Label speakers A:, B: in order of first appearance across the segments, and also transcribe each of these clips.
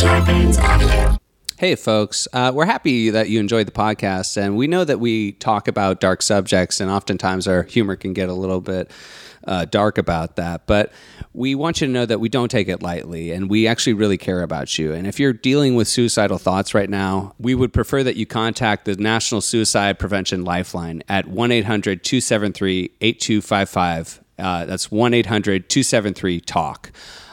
A: Scarpins Audio.
B: Hey, folks. Uh, we're happy that you enjoyed the podcast. And we know that we talk about dark subjects, and oftentimes our humor can get a little bit uh, dark about that. But we want you to know that we don't take it lightly, and we actually really care about you. And if you're dealing with suicidal thoughts right now, we would prefer that you contact the National Suicide Prevention Lifeline at 1 800 273 8255. Uh, That's 1 800 273 TALK.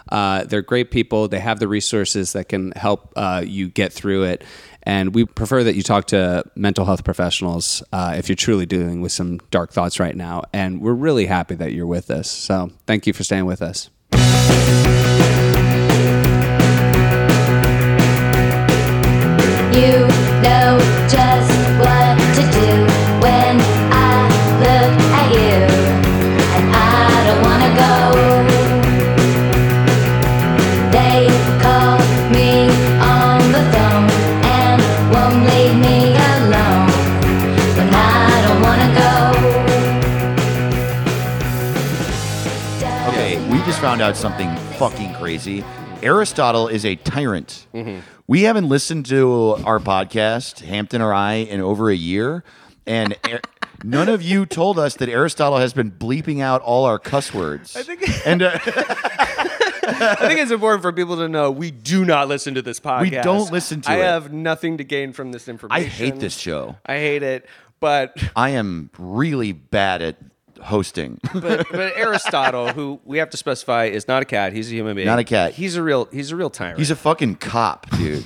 B: Uh, they're great people. They have the resources that can help uh, you get through it. And we prefer that you talk to mental health professionals uh, if you're truly dealing with some dark thoughts right now. And we're really happy that you're with us. So thank you for staying with us.
C: You know just what to do when I look at you, and I don't wanna go. They call me on the phone and won't leave me alone when I don't wanna go.
D: Okay, we just found out something fucking crazy. Aristotle is a tyrant. We haven't listened to our podcast, Hampton or I, in over a year, and Ar- none of you told us that Aristotle has been bleeping out all our cuss words. I think, and uh,
E: I think it's important for people to know we do not listen to this podcast.
D: don't listen to
E: I
D: it.
E: have nothing to gain from this information.
D: I hate this show.
E: I hate it. But
D: I am really bad at hosting.
E: but but Aristotle, who we have to specify is not a cat, he's a human being.
D: Not a cat.
E: He's a real he's a real tyrant.
D: He's a fucking cop, dude.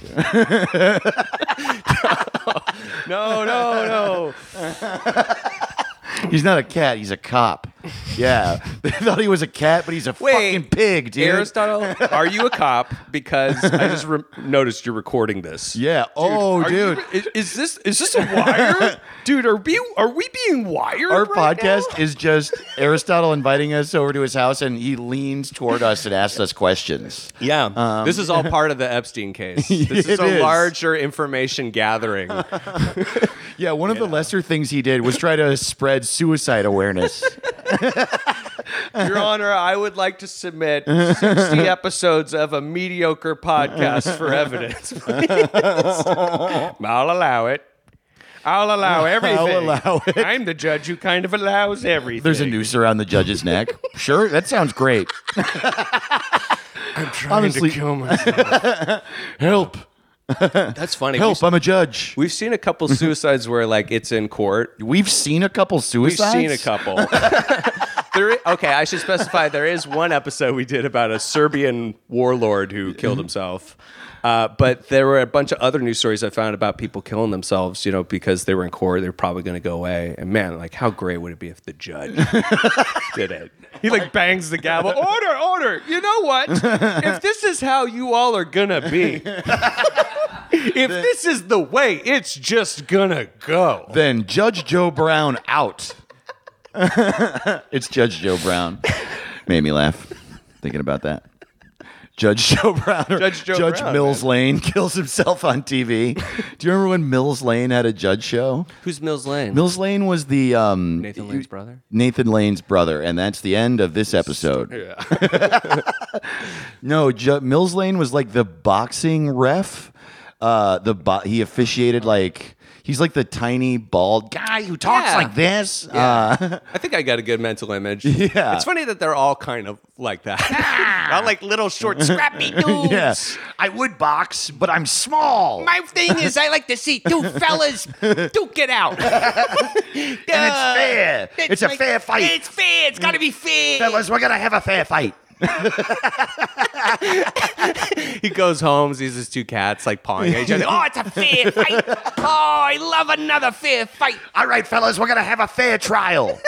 E: no, no, no.
D: he's not a cat. He's a cop. Yeah, they thought he was a cat, but he's a
E: Wait,
D: fucking pig, dude.
E: Aristotle, are you a cop? Because I just re- noticed you're recording this.
D: yeah. oh,
E: Are
D: dude.
E: you- is, is this is this a wire, dude? Are we are we being wired?
D: Our
E: right now?
D: podcast is just Aristotle inviting us over to his house, and he leans toward us and asks us questions.
E: Yeah, this is all part of the Epstein case. This is
D: Um, It
E: a
D: is.
E: larger information gathering.
D: Yeah, one of the lesser things he did was try to spread suicide awareness.
E: Your Honor, I would like to submit 60 episodes of a mediocre podcast for evidence. please. I'll allow it. I'll allow everything.
D: allow it.
E: I'm the judge who kind of allows everything.
D: There's a noose around the judge's neck. Sure, that sounds great.
E: I'm trying
D: honestly-
E: to kill myself.
D: Help,
E: That's funny.
D: help! I'm a judge.
E: We've seen a couple suicides where like it's in court.
D: We've seen a couple
E: We've
D: suicides.
E: seen a couple. there, i- okay, I should specify there is one episode we did about a Serbian warlord who killed himself. Uh, but there were a bunch of other news stories I found about people killing themselves, you know, because they were in court, they were probably going to go away. And man, like, how great would it be if the judge did it? He like bangs the gavel, order, order. You know what? If this is how you all are going to be, if this is the way, it's just going to go.
D: Then Judge Joe Brown out. it's Judge Joe Brown. Made me laugh thinking about that. Judge Joe Brown. or
E: Judge Joe Brown,
D: Mills Lane kills himself on TV. Do you remember when Mills Lane had a judge show?
E: Who's Mills Lane?
D: Mills Lane was the um,
E: Nathan Lane's brother.
D: Nathan Lane's brother, and that's the end of this episode. no, Ju- Mills Lane was like the boxing ref. Uh, the bo- he officiated like he's like the tiny bald guy who talks
E: Yeah.
D: like this. Uh,
E: I think I got a good mental image.
D: Yeah.
E: It's funny that they're all kind of like that. I like little short scrappy dudes.
D: yeah, I would box, but I'm small.
E: My thing is I like to see two fellas duke it out.
D: and it's fair. It's, a
E: like-
D: fair fight,
E: It's fair. It's got to be fair.
D: fellas. We're gonna have a fair fight.
E: He goes home, sees his two cats like pawing at each other. Oh, it's a fair fight. Oh, I love another fair fight.
D: All right, fellas, we're gonna have a fair trial.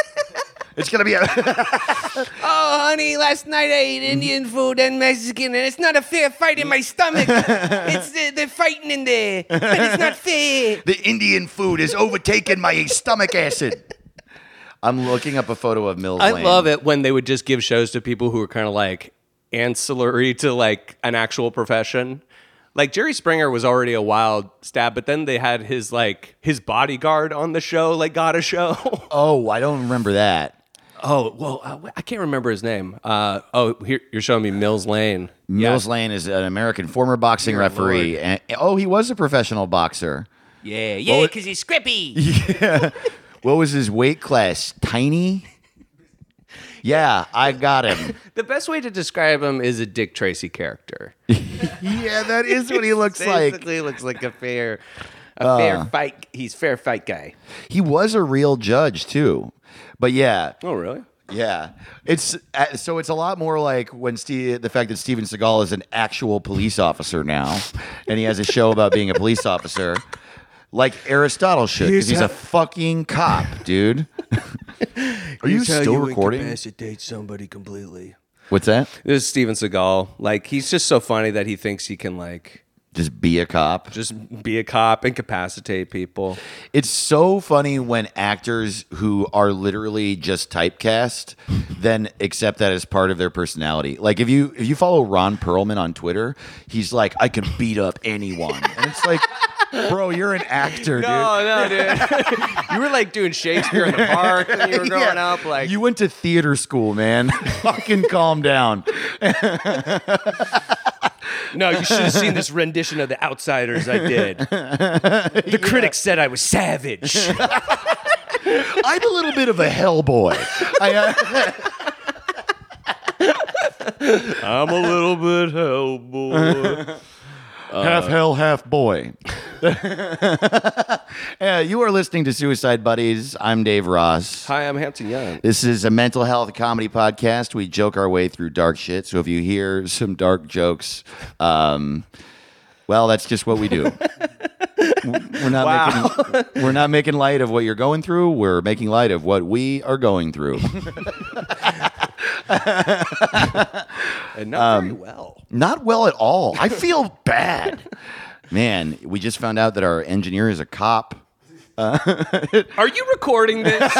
D: it's gonna be a.
E: Oh, honey, last night I ate Indian food and Mexican, and it's not a fair fight in my stomach. it's uh, they're fighting in there, but it's not fair.
D: The Indian food is overtaking my stomach acid. I'm looking up a photo of Mills
E: I
D: Lane.
E: love it when they would just give shows to people who are kind of like ancillary to like an actual profession. Like Jerry Springer was already a wild stab, but then they had his like his bodyguard on the show, like got a show.
D: Oh, I don't remember that.
E: Oh well, uh, wh- I can't remember his name. Uh, oh, here, you're showing me Mills Lane.
D: Mills Lane is an American former boxing referee. And, oh, he was a professional boxer.
A: Yeah, yeah, because he's scrippy.
D: What was his weight class? Tiny? Yeah, I got him.
E: The best way to describe him is a Dick Tracy character.
D: yeah, that is what he looks like.
E: Basically, looks like a fair, a
A: Uh.
E: fair fight. He's fair fight guy.
D: He was a real judge too. But yeah,
E: Oh really?
D: yeah. It's uh, so it's a lot more like when Steve, the fact that Steven Seagal is an actual police officer now and he has a show about being a police officer. Like Aristotle should, 'cause he's a fucking cop, dude. Are you still recording?
E: Incapacitate somebody completely.
D: What's that?
E: This is Steven Seagal. Like he's just so funny that he thinks he can like
D: Just be a cop.
E: just be a cop, incapacitate people.
D: It's so funny when actors who are literally just typecast then accept that as part of their personality. Like if you if you follow Ron Perlman on Twitter, he's like, I can beat up anyone. And it's like, bro, you're an actor, dude.
E: no, dude. you were like doing Shakespeare in the park when you were growing
D: Yeah.
E: up. Like
D: you went to theater school, man. Fucking calm down.
E: No, you should have seen this rendition of The Outsiders I did. The critics said I was savage.
D: I'm a little bit of a hellboy. I, uh,
E: I'm a little bit hellboy. Uh.
D: half hell, half boy. yeah, you are listening to Suicide Buddies. I'm Dave Ross.
E: Hi, I'm Hampton Young.
D: This is a mental health comedy podcast. We joke our way through dark shit. So if you hear some dark jokes, um, well, that's just what we do. We're not making we're not making light of what you're going through. We're making light of what we are going through.
E: And not very well.
D: Not well at all. I feel bad. Man, we just found out that our engineer is a cop.
E: Are you recording this?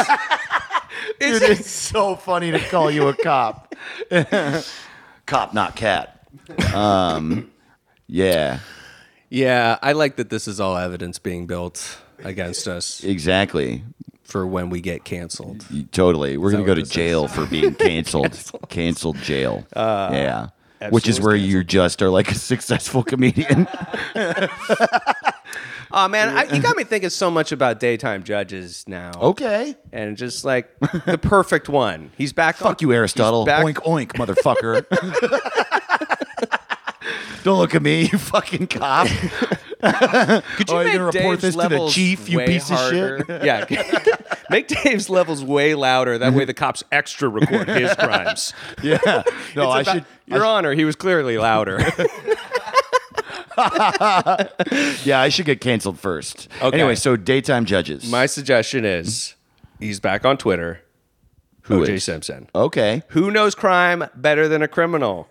E: Is it-
D: It's so funny to call you a cop. cop, not cat. Um, yeah.
E: yeah, I like that this is all evidence being built against us
D: Exactly.
E: for when we get canceled.
D: Totally. We're going to go
E: what
D: to
E: this
D: jail for being canceled. canceled jail.
E: Uh,
D: yeah. Which is
E: Epstein's
D: where you just are like a successful comedian.
E: Oh man, I, you got me thinking so much about daytime judges now.
D: okay.
E: And just like the perfect one. He's back on-
D: Fuck you, Aristotle.
E: he's back-
D: Oink, oink, motherfucker. Don't look at me, you fucking cop.
E: Could you
D: Oh, you're
E: make
D: gonna report
E: Dave's
D: this to the
E: levels
D: chief, you
E: way
D: piece of
E: harder? Yeah, make Dave's levels way louder. That way, the cops extra record his crimes.
D: yeah. No, I
E: It's about-
D: should.
E: Your Honor, he was clearly louder.
D: Yeah, I should get canceled first.
E: Okay.
D: Anyway, so daytime judges.
E: My suggestion is, he's back on Twitter.
D: Who
E: OJ
D: is?
E: Simpson.
D: okay.
E: Who knows crime better than a criminal?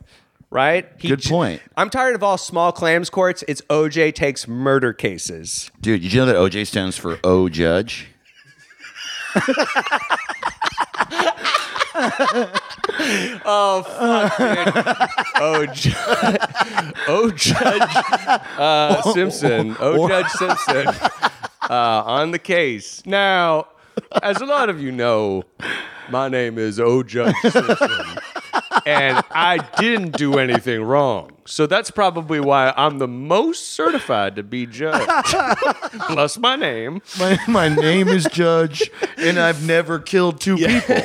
E: Right? He
D: Good
E: j-
D: point.
E: I'm tired of all small claims courts. It's OJ takes murder cases.
D: Dude, you know that OJ stands for O Judge?
E: Oh, ju- oh Judge uh, Simpson. Oh, Judge Simpson uh, on the case. Now, as a lot of you know, my name is Oh Judge Simpson, and I didn't do anything wrong. So that's probably why I'm the most certified to be judge. Plus my name.
D: My, my name is Judge, and I've never killed two people.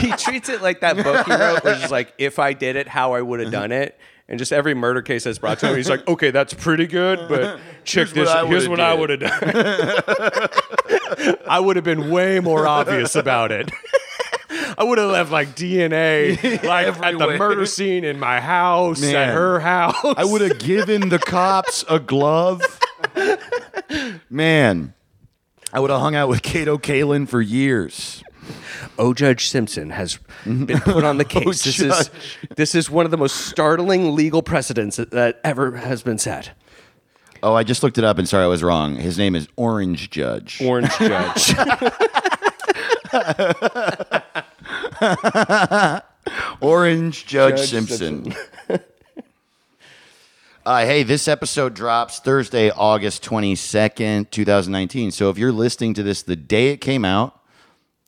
E: he treats it like that book he wrote, which is like, if I did it, how I would have done it. And just every murder case that's brought to him, he's like, okay, that's pretty good, but check
D: what
E: this.
D: I
E: here's
D: would've
E: what I
D: did."
E: would have done. I would have been way more obvious about it. I would have left like DNA, like at the
D: everywhere.
E: murder scene in my house, at
D: Man.
E: her house.
D: I would have given the cops a glove. Man, I would have hung out with Kato Kalin for years.
E: Oh, Judge Simpson has been put on the
D: Oh,
E: case. this is this is one of the most startling legal precedents that, that ever has been set.
D: Oh, I just looked it up and sorry I was wrong. His name is Orange Judge.
E: Orange Judge.
D: Orange Judge, Simpson. uh, hey, this episode drops Thursday, August 22nd, 2019. So if you're listening to this the day it came out,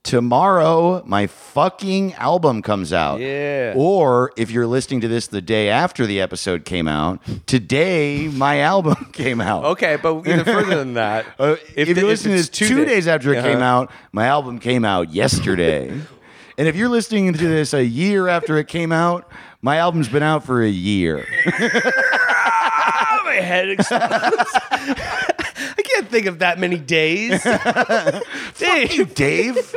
D: tomorrow my fucking album comes out.
E: Yeah.
D: Or if you're listening to this the day after the episode came out, today my album came out.
E: Okay, but even further than that,
D: Uh, if,
E: the-
D: you're listening to
E: it's
D: this two, days after it came
E: Uh-huh.
D: out, my album came out yesterday. and if you're listening to this a year after it came out, my album's been out for a year.
E: my head explodes. I can't think of that many days. Dave.
D: Dave?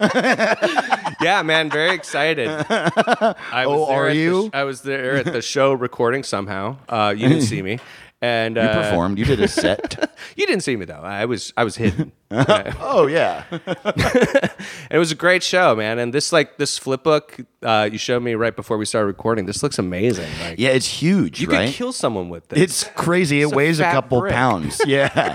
E: Yeah, man, very excited. I
D: Oh,
E: there
D: are
E: at the
D: you?
E: sh- I was there at the show recording somehow. Uh, you didn't see me, and
D: You
E: uh,
D: performed. You did a set.
E: You didn't see me though. I was I was hidden.
D: oh yeah.
E: It was a great show, man. And this like this flip book uh, you showed me right before we started recording. This looks amazing. Like
D: Yeah, it's huge,
E: you
D: right?
E: could kill someone with this.
D: it's crazy. It
E: a
D: weighs a
E: fat
D: couple
E: brick.
D: pounds. Yeah.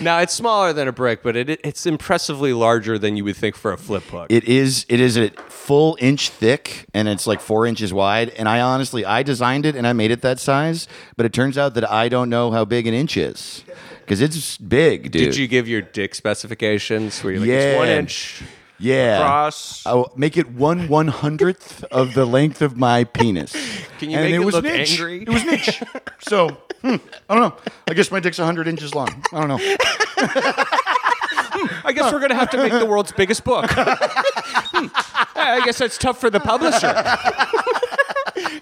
E: now it's smaller than a brick, but it it's impressively larger than you would think for a flip book.
D: It is it is a full inch thick and it's like four inches wide. And I honestly I designed it and I made it that size, but it turns out that I don't know how big an inch is. Because it's big, dude.
E: Did you give your dick specifications where you're like it's
D: Yeah.
E: one inch
D: yeah.
E: across?
D: I'll make it one one hundredth of the length of my penis.
E: Can you make it look
D: an inch.
E: angry?
D: It was an inch. So hmm, I don't know. I guess my dick's hundred inches long. I don't know.
E: I guess we're gonna have to make the world's biggest book. Hmm. I guess that's tough for the publisher.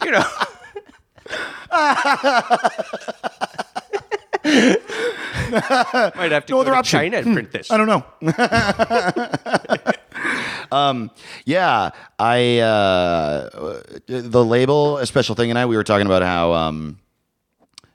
E: you know. Might have to
D: No
E: go
D: other
E: to
D: option.
E: China and print this.
D: I don't know. um, yeah, I uh, the label a special thing, and I we were talking about how um,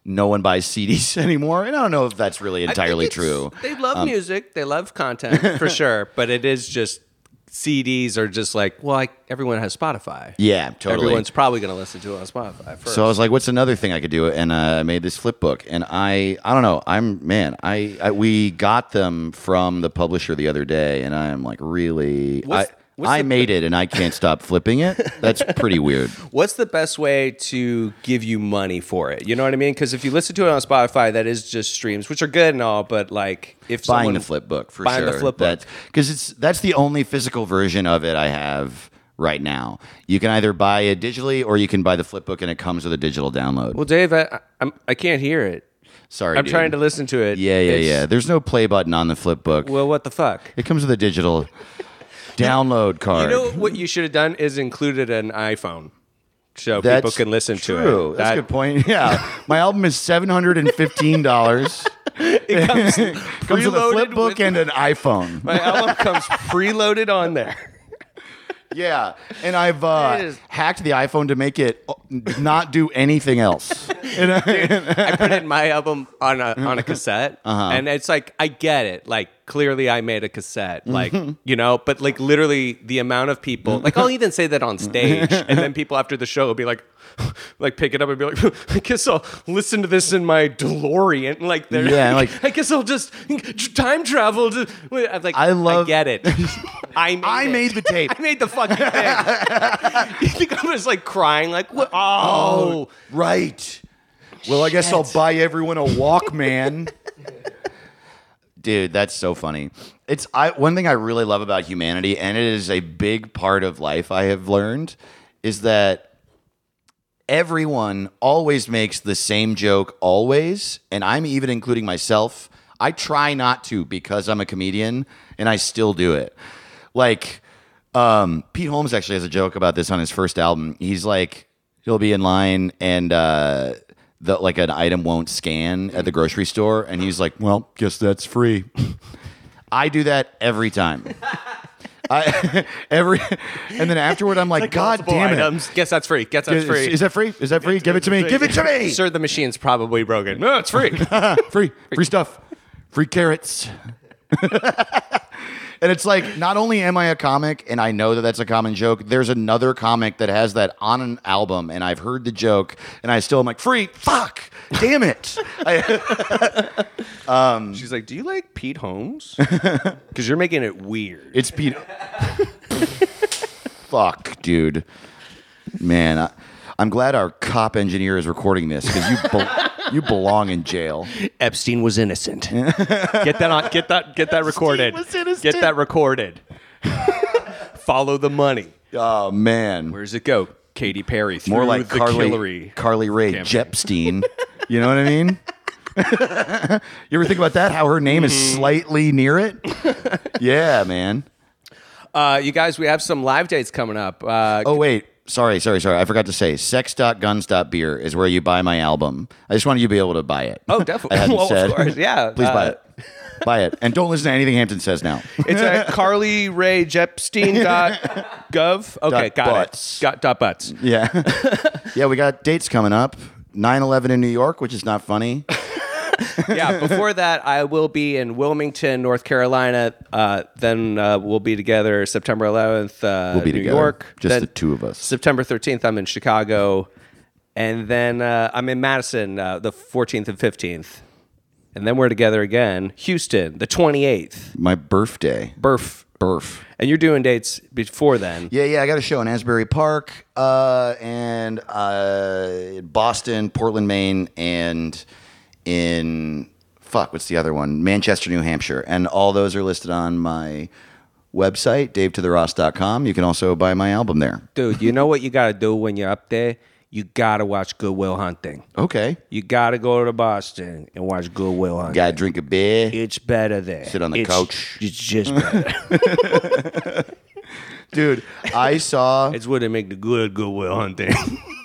D: no one buys CDs anymore, and I don't know if that's really
E: I think
D: entirely
E: it's-
D: true. Um,
E: They love music. They love content for sure. But it is just CDs are just like well, I, everyone has Spotify.
D: Yeah, totally.
E: Everyone's probably going to listen to it on Spotify first.
D: so I was like, "What's another thing I could do?" And uh, I made this flip book, and I, I don't know, I'm man, I, I we got them from the publisher the other day, and I am like, really,
E: What's-
D: I,
E: what's
D: I
E: the-
D: made it, and I can't stop flipping it. That's pretty weird.
E: What's the best way to give you money for it? You know what I mean? Because if you listen to it on Spotify, that is just streams, which are good and all, but like if
D: buying
E: someone,
D: the flip book for
E: buying
D: sure.
E: the flip book.
D: because it's that's the only physical version of it I have right now. You can either buy it digitally or you can buy the flip book and it comes with a digital download.
E: well, Dave, I, I'm, I can't hear it.
D: Sorry,
E: I'm
D: dude.
E: trying to listen to it.
D: Yeah, yeah,
E: It's-
D: yeah. There's no play button on the flip book.
E: Well, what the fuck?
D: it comes with a digital download
E: You
D: card.
E: know what you should have done is included an iPhone, so people
D: That's
E: can listen
D: true.
E: to it.
D: That's a good point. Yeah, my album is seven hundred and fifteen dollars.
E: It comes,
D: comes with a
E: preloaded
D: flip book
E: with-
D: and an iPhone.
E: my album comes preloaded on there.
D: Yeah, and I've uh,
E: It is-
D: hacked the iPhone to make it uh, not do anything else. And I-
E: I put in my album on a on a cassette,
D: Uh-huh.
E: and it's like I get it. Like clearly, I made a cassette,
D: Mm-hmm.
E: like you know. But like literally, the amount of people, like I'll even say that on stage, and then people after the show will be like, like pick it up and be like, I guess I'll listen to this in my DeLorean. Like they're
D: Yeah, like-
E: I guess I'll just time travel. To, I'm like
D: I love-
E: I get it. I made
D: I
E: it.
D: made the tape.
E: I made the fucking thing. you think I was like crying? Like what? Oh,
D: Right. Well, I guess I'll buy everyone a Walkman. Dude, that's so funny. It's I one thing I really love about humanity and it is a big part of life I have learned is that everyone always makes the same joke always and I'm even including myself. I try not to because I'm a comedian and I still do it. Like um, Pete Holmes actually has a joke about this on his first album. He's like, he'll be in line and uh, the, like an item won't scan at the grocery store, and he's like, "Well, guess that's free." I do that every time. I every and then afterward, I'm like, "God
E: multiple
D: damn it!"
E: items. Guess that's free. Guess
D: Is,
E: that's free.
D: is that free? Is that free? Give it to me. Give it to me.
E: Sir, the machine's probably broken. No, it's free.
D: free, free stuff, free carrots. and it's like, not only am I a comic and I know that that's a common joke, there's another comic that has that on an album and I've heard the joke and I still am like, free, fuck, damn it. I,
E: She's like, "Do you like Pete Holmes? Because you're making it weird."
D: it's Pete. fuck, dude. Man, I, I'm glad our cop engineer is recording this because you, bel you belong in jail.
E: Epstein was innocent. get that on. Get that. Get that recorded.
D: was innocent.
E: Get that recorded. Follow the money.
D: Oh man,
E: Where's it go? Katy Perry. Through
D: more like
E: the
D: Carly
E: Killery.
D: Carly Rae
E: Cameron.
D: Jepstein. you know what I mean? you ever think about that? How her name
E: Mm.
D: is slightly near it? yeah, man.
E: Uh, you guys, we have some live dates coming up. Uh,
D: Oh wait, sorry, sorry, sorry. I forgot to say, sex.guns.beer is where you buy my album. I just wanted you to be able to buy it.
E: Oh, definitely.
D: I hadn't
E: Well, of
D: said.
E: course, yeah.
D: Please buy
E: Uh,
D: it. buy it, and don't listen to anything Hampton says now.
E: It's at carlyrayjepstein.gov. Okay,
D: Dot
E: got
D: butts.
E: it. Got dot butts.
D: yeah, yeah. We got dates coming up. 9-11 in New York, which is not funny.
E: yeah. Before that, I will be in Wilmington, North Carolina. Uh, then uh, we'll be together September 11th. Uh,
D: We'll be
E: New
D: together.
E: York.
D: Just
E: Then
D: the two of us.
E: September 13th, I'm in Chicago, and then uh, I'm in Madison uh, the 14th and 15th, and then we're together again. Houston the 28th.
D: My birthday.
E: Burf.
D: Birth.
E: And you're doing dates before then.
D: Yeah, yeah, I got a show in Asbury Park, uh, and uh, Boston, Portland, Maine, and in fuck, what's the other one? Manchester, New Hampshire, and all those are listed on my website, davetotheross.com. You can also buy my album there.
E: Dude, you know what you gotta do when you're up there? You gotta watch Goodwill Hunting.
D: Okay,
E: You gotta go to Boston and watch Goodwill Hunting.
D: guy, drink a beer,
E: It's better there.
D: Sit on the
E: It's-
D: couch.
E: It's just better.
D: dude. I saw
E: it's where they make the good Goodwill Hunting.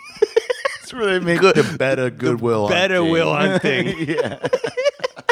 D: it's really make the better Goodwill,
E: better
D: Hunting.
E: Will Hunting.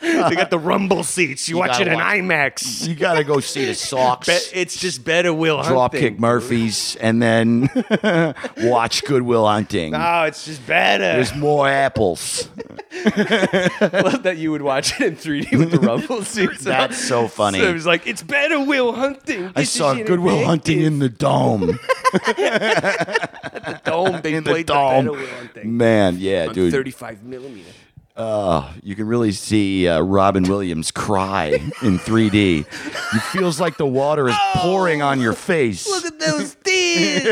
E: they got the rumble seats. You, watch
D: gotta
E: it in
D: watch-
E: IMAX.
D: You gotta go see the socks.
E: Be- it's just better Will Hunting.
D: Dropkick Murphys, and then watch Goodwill Hunting.
E: Oh, it's just better.
D: There's more apples.
E: I love that you would watch it in 3D with the rumble seats.
D: That's so funny.
E: So it was like, it's better Will Hunting.
D: I saw Goodwill Hunting in the dome.
E: the dome. They
D: in the
E: played
D: dome.
E: the better Will Hunting.
D: Man, yeah,
E: on
D: dude.
E: 35 millimeter.
D: You can really see uh, Robin Williams cry in 3D. It feels like the water is pouring on
E: Oh,
D: your face.
A: Look at those teeth.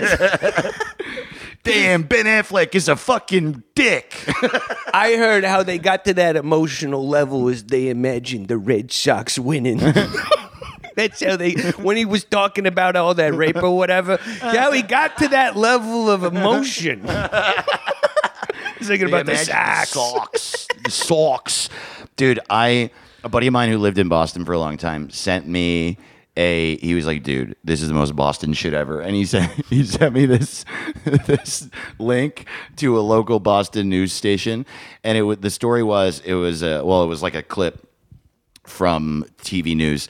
D: Damn, Ben Affleck is a fucking dick.
E: I heard how they got to that emotional level is they imagined the Red Sox winning. That's how they, when he was talking about all that rape or whatever, how he got to that level of emotion. He's thinking about the
D: Imagine
E: Sox.
D: socks. The socks. Dude, I a buddy of mine who lived in Boston for a long time sent me a he was like, dude, this is the most Boston shit ever. And he sent he sent me this this link to a local Boston news station. And it wa- the story was it was uh well, it was like a clip from TV news,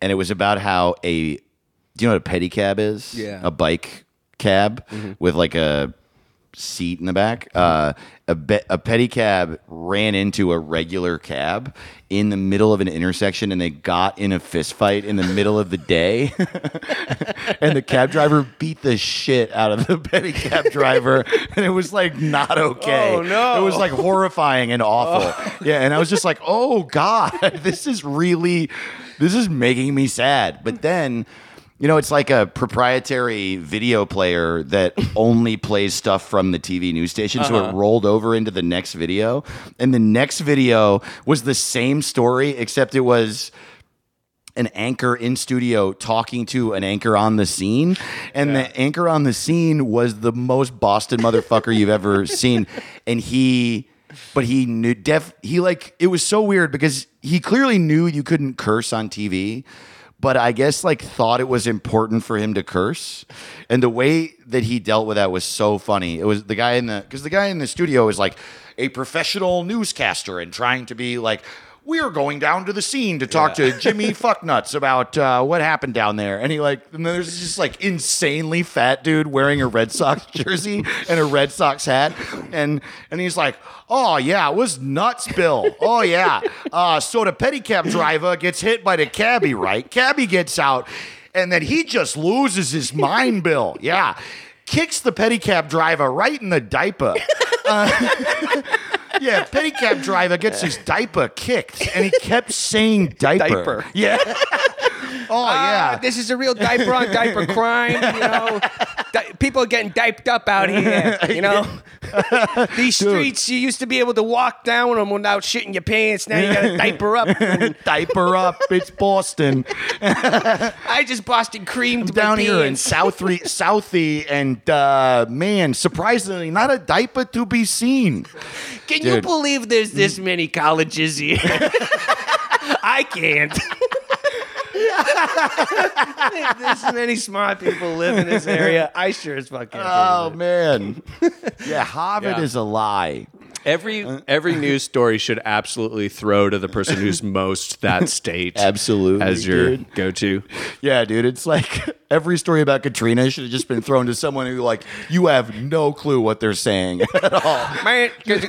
D: and it was about how a do you know what a pedicab is?
E: Yeah. Mm-hmm.
D: a bike cab with like a seat in the back. Uh, a be- a pedicab ran into a regular cab in the middle of an intersection, and they got in a fist fight in the middle of the day. and the cab driver beat the shit out of the pedicab driver, and it was like not okay.
E: Oh, no.
D: It was like horrifying and awful. Yeah, and I was just like, oh god, this is really, this is making me sad. But then. You know, it's like a proprietary video player that only plays stuff from the TV news station. So
E: Uh-huh.
D: it rolled over into the next video. And the next video was the same story, except it was an anchor in studio talking to an anchor on the scene and the anchor on the scene was the most boston motherfucker you've ever seen and he but he knew def he like it was so weird because he clearly knew you couldn't curse on tv but i guess like thought it was important for him to curse and the way that he dealt with that was so funny it was the guy in the because the guy in the studio is like a professional newscaster and trying to be like we're going down to the scene to talk to Jimmy Fucknuts about uh, what happened down there. And he like, and then there's this like insanely fat dude wearing a Red Sox jersey and a Red Sox hat, and and he's like, oh yeah, it was nuts, Bill. Oh yeah. Uh, so the pedicab driver gets hit by the cabbie, right? Cabbie gets out, and then he just loses his mind, Bill. Yeah, kicks the pedicab driver right in the diaper. Uh, Yeah, pedicab driver gets his diaper kicked, and he kept saying diaper.
E: Diaper.
D: Yeah. Oh,
E: "Ah,
D: yeah.
E: this is a real diaper on diaper crime. You know, Di- people are getting diped up out here. You know, these streets you used to be able to walk down them without shitting your pants. Now you got to diaper up. And
D: Diaper up. It's Boston.
E: I just Boston creamed
D: Down
E: my
D: here in
E: pants.
D: Southie, Southie, and uh, man, surprisingly, not a diaper to be seen.
E: Can you
D: Dude. Mm.
E: believe there's this many colleges here? I can't. There's many smart people live in this area. I sure as fuck can't.
D: Oh man, yeah, Harvard
E: Yeah.
D: is a lie.
E: Every every news story should absolutely throw to the person who's most that state.
D: Absolutely,
E: As your
D: dude.
E: go to.
D: Yeah, dude, it's like every story about Katrina should have just been thrown to someone who, like, you have no clue what they're saying at all.
E: Man, because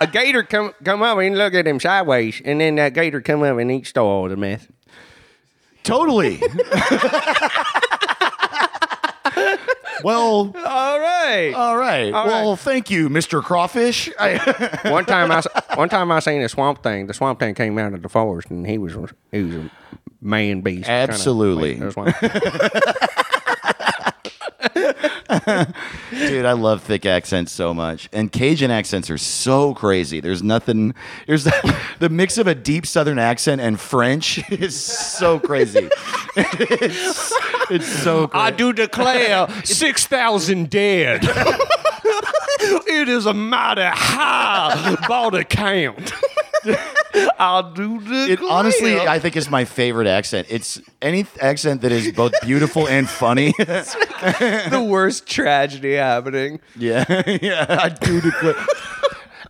E: a gator come come up and look at him sideways, and then that gator come up and eats all the mess.
D: Totally. well,
E: All right.
D: all right.
E: All
D: well,
E: right.
D: thank you, Mr. Crawfish. I,
E: one time I s- one time I seen a swamp thing. The swamp thing came out of the forest, and he was he was a man beast. kinda
D: Absolutely.
E: like a swamp thing.
D: dude, I love thick accents so much, and Cajun accents are so crazy. There's nothing. There's the mix of a deep Southern accent and French is so crazy. it's, it's so. Crazy.
E: I do declare six thousand dead. it is a mighty high body count. I do declare.
D: It honestly, I think is my favorite accent. It's any accent that is both beautiful and funny.
E: the worst tragedy happening.
D: Yeah, yeah, I do declare.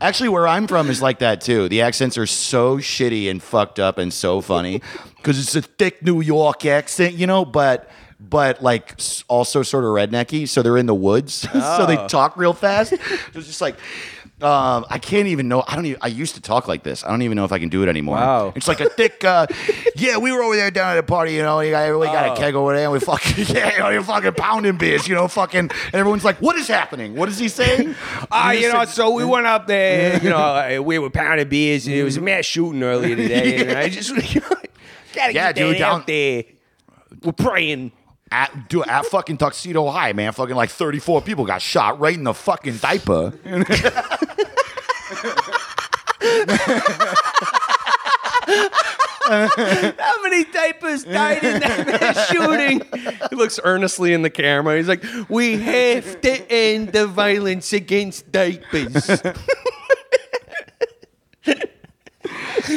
D: Actually, where I'm from is like that too. The accents are so shitty and fucked up and so funny because it's a thick New York accent, you know, but but like s- also sort of rednecky. So they're in the woods, so
E: Oh.
D: they talk real fast. It's just like. Um, I can't even know. I don't even. I used to talk like this. I don't even know if I can do it anymore.
E: Wow.
D: It's like a thick. Uh, yeah, we were over there down at a party. You know, we got, we
E: Oh.
D: got a keg over there. and We fucking yeah, you know, you're fucking pounding beers. You know, fucking. And everyone's like, "What is happening? What is he saying?"
E: Ah,
D: He
E: you
D: just
E: know,
D: said-
E: so we went up there, you know, uh, we were pounding beers, and it was a mass shooting earlier today, and I just gotta
D: Yeah,
E: get
D: dude,
E: that
D: down-
E: out there. We're praying.
D: at, dude, at fucking Tuxedo High, man, fucking like 34 people got shot right in the fucking diaper.
E: How many diapers died in that mass shooting? He looks earnestly in the camera. He's like, "We have to end the violence against diapers.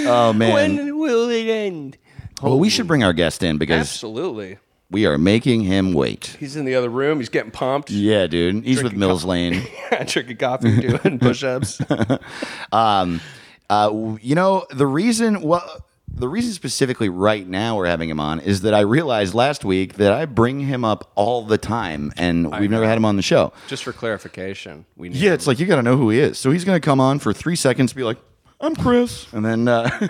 D: Oh man.
E: when will it end?"
D: well, we should bring our guest in because
E: Absolutely.
D: we are making him wait.
E: He's in the other room. He's getting pumped.
D: Yeah, dude. He's with Mills Lane.
E: Drinking coffee, doing push-ups.
D: Um, uh, w- you know the reason well the reason specifically right now we're having him on is that I realized last week that I bring him up all the time and we've never had him on the show.
E: Just for clarification, we need
D: Yeah, it's like you got to know who he is. So he's gonna come on for three seconds, be like, "I'm Chris," and then uh,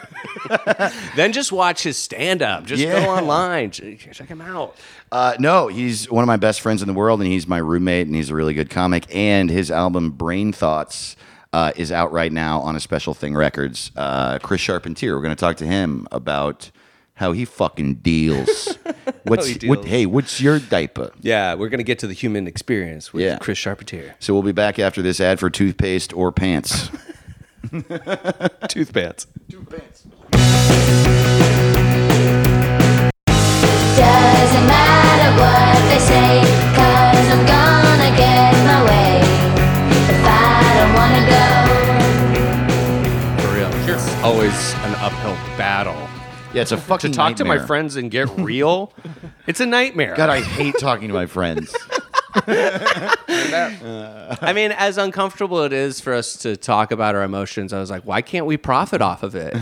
E: Then just watch his stand up. Just
D: Yeah.
E: go online. Ch- Check him out.
D: Uh, no, he's one of my best friends in the world, and he's my roommate, and he's a really good comic. And his album Brain Thoughts uh, is out right now on a Special Thing Records. Uh, Chris Charpentier. We're going to talk to him about how he fucking deals. What's
E: How he
D: what?
E: deals.
D: Hey, what's your diaper?
E: Yeah, we're going to get to the human experience with
D: Yeah.
E: Chris Charpentier.
D: So we'll be back after this ad for toothpaste or pants.
E: Tooth pants.
C: Doesn't matter what they say, cause I'm gonna get my way. If I don't wanna go,
E: For real. It's always an uphill battle.
D: yeah, it's a fucking.
E: Talk to my
D: nightmare.
E: friends and get real. it's a nightmare.
D: God, I hate talking to my friends.
B: I mean, as uncomfortable it is for us to talk about our emotions, I was like, why can't we profit off of it?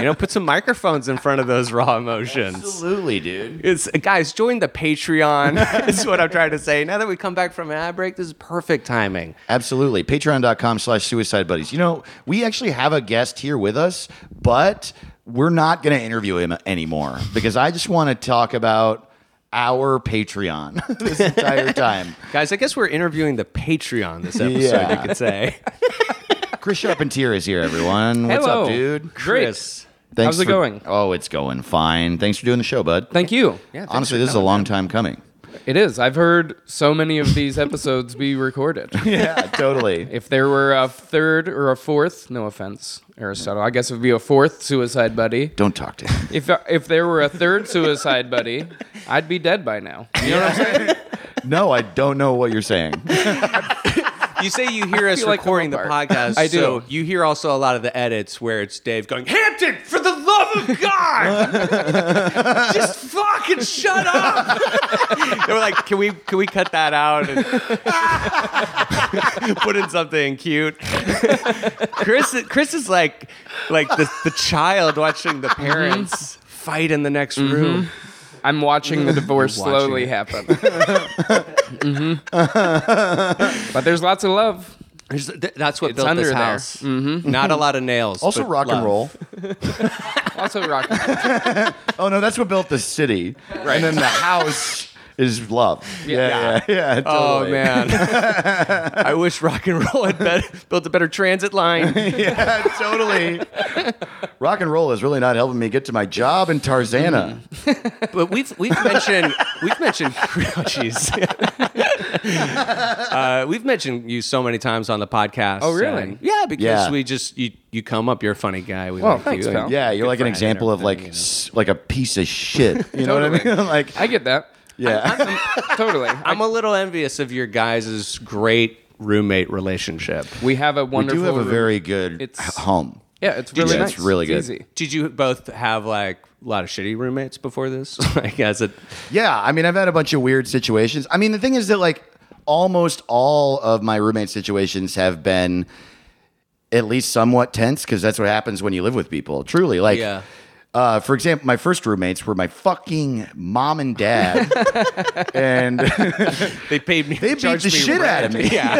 B: you know, put some microphones in front of those raw emotions.
D: Absolutely, dude.
B: It's guys, join the Patreon. is what I'm trying to say. Now that we come back from an ad break, this is perfect timing.
D: Absolutely. Patreon.com slash suicide buddies. You know, we actually have a guest here with us, but we're not going to interview him anymore because I just want to talk about our Patreon this entire time.
B: Guys, I guess we're interviewing the Patreon this episode,
D: Yeah.
B: you could say.
D: Chris Charpentier is here, everyone. What's up, dude?
B: Chris.
D: Thanks
F: How's it
D: for-
F: going?
D: Oh, it's going fine. Thanks for doing the show, bud.
F: Thank you.
E: Yeah,
D: Honestly, this is a long time coming.
F: It is. I've heard so many of these episodes be recorded.
D: Yeah, totally.
F: If there were a third or a fourth, no offense, Aristotle, I guess it would be a fourth Suicide Buddy.
D: Don't talk to him.
F: If if there were a third Suicide Buddy, I'd be dead by now. You know what I'm saying?
D: No, I don't know what you're saying.
E: You say you hear us
F: feel like I'm
E: recording the
F: apart.
E: podcast.
F: I do.
E: So you hear also a lot of the edits where it's Dave going, Hampton, for the love of God, just fucking shut up. they were like, can we can we cut that out and put in something cute? Chris, Chris is like like the the child watching the parents
F: Mm-hmm.
E: fight in the next room.
F: I'm watching the divorce
E: watching
F: slowly
E: it.
F: happen. Mhm. Mm-hmm. But there's lots of love.
E: There's- th- That's what
F: It's
E: built this
F: under there. Mm-hmm.
E: house. Not a lot of nails.
D: Also,
E: but
D: rock and
E: love.
D: roll.
F: Also, rock.
D: Oh no, that's what built the city. Right. And then the house is love. Yeah, yeah, yeah.
E: Oh
D: totally.
E: man, I wish rock and roll had bet- built a better transit line.
D: Yeah, totally. Rock and roll is really not helping me get to my job in
F: Mm.
D: Tarzana.
E: But we've we've mentioned we've mentioned oh, jeez, uh, we've mentioned you so many times on the podcast.
F: Oh, really?
E: and- yeah, because
D: Yeah.
E: we just you you come up. You're a funny guy. We
F: Well,
E: like
F: thanks,
E: you.
F: pal.
D: Yeah, you're like an
E: friend and
D: example of like
E: everything, you
D: s
E: know.
D: like a piece of shit. You know what I
F: Totally.
D: mean? Like
F: I get that.
D: yeah.
F: Totally.
E: I'm a little envious of your guys' great roommate relationship.
F: we have a
D: We
F: wonderful.
D: do have a
F: room.
D: very good
F: It's-
D: h- home.
F: yeah. It's really
D: Yeah,
F: nice.
D: it's really good.
F: It's easy.
E: Did you both have like a lot of shitty roommates before this? like as a
D: Yeah, I mean, I've had a bunch of weird situations. I mean, the thing is that like almost all of my roommate situations have been at least somewhat tense because that's what happens when you live with people. Truly, like.
E: Yeah.
D: Uh, for example, my first roommates were my fucking mom and dad, and
E: they paid me.
D: they beat
E: charged
D: the
E: me
D: shit out of me.
E: rent. Yeah.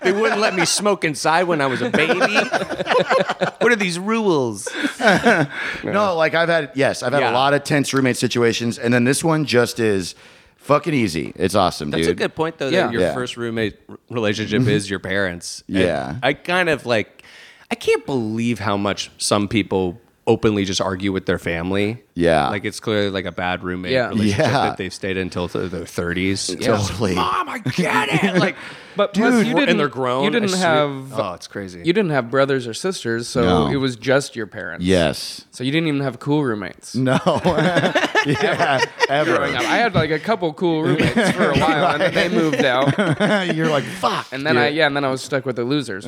E: they wouldn't let me smoke inside when I was a baby. what are these rules?
D: No, like I've had yes, I've had
E: Yeah.
D: a lot of tense roommate situations, and then this one just is fucking easy. It's awesome,
E: That's
D: dude.
E: a good point, though.
F: Yeah.
E: That your
D: Yeah. Mm-hmm.
E: first roommate r- relationship is your parents. And
D: Yeah.
E: I kind of like. I can't believe how much some people openly just argue with their family.
D: Yeah.
E: Like it's clearly like a bad roommate
F: Yeah.
E: relationship
D: Yeah.
E: that they've stayed until th- their thirties.
D: Totally.
E: Mom, I get it. Like,
F: But
E: dude,
F: plus you didn't,
E: and they're grown.
F: You
E: I
F: didn't
E: swear-
F: have.
E: Oh, it's crazy.
F: You didn't have brothers or sisters, so
D: No.
F: it was just your parents.
D: Yes.
F: So you didn't even have cool roommates.
D: No. yeah.
F: Now,
D: Ever.
F: I had like a couple cool roommates for a while, and then they moved out,
D: You're like fuck.
F: and then I yeah, and then I was stuck with the losers.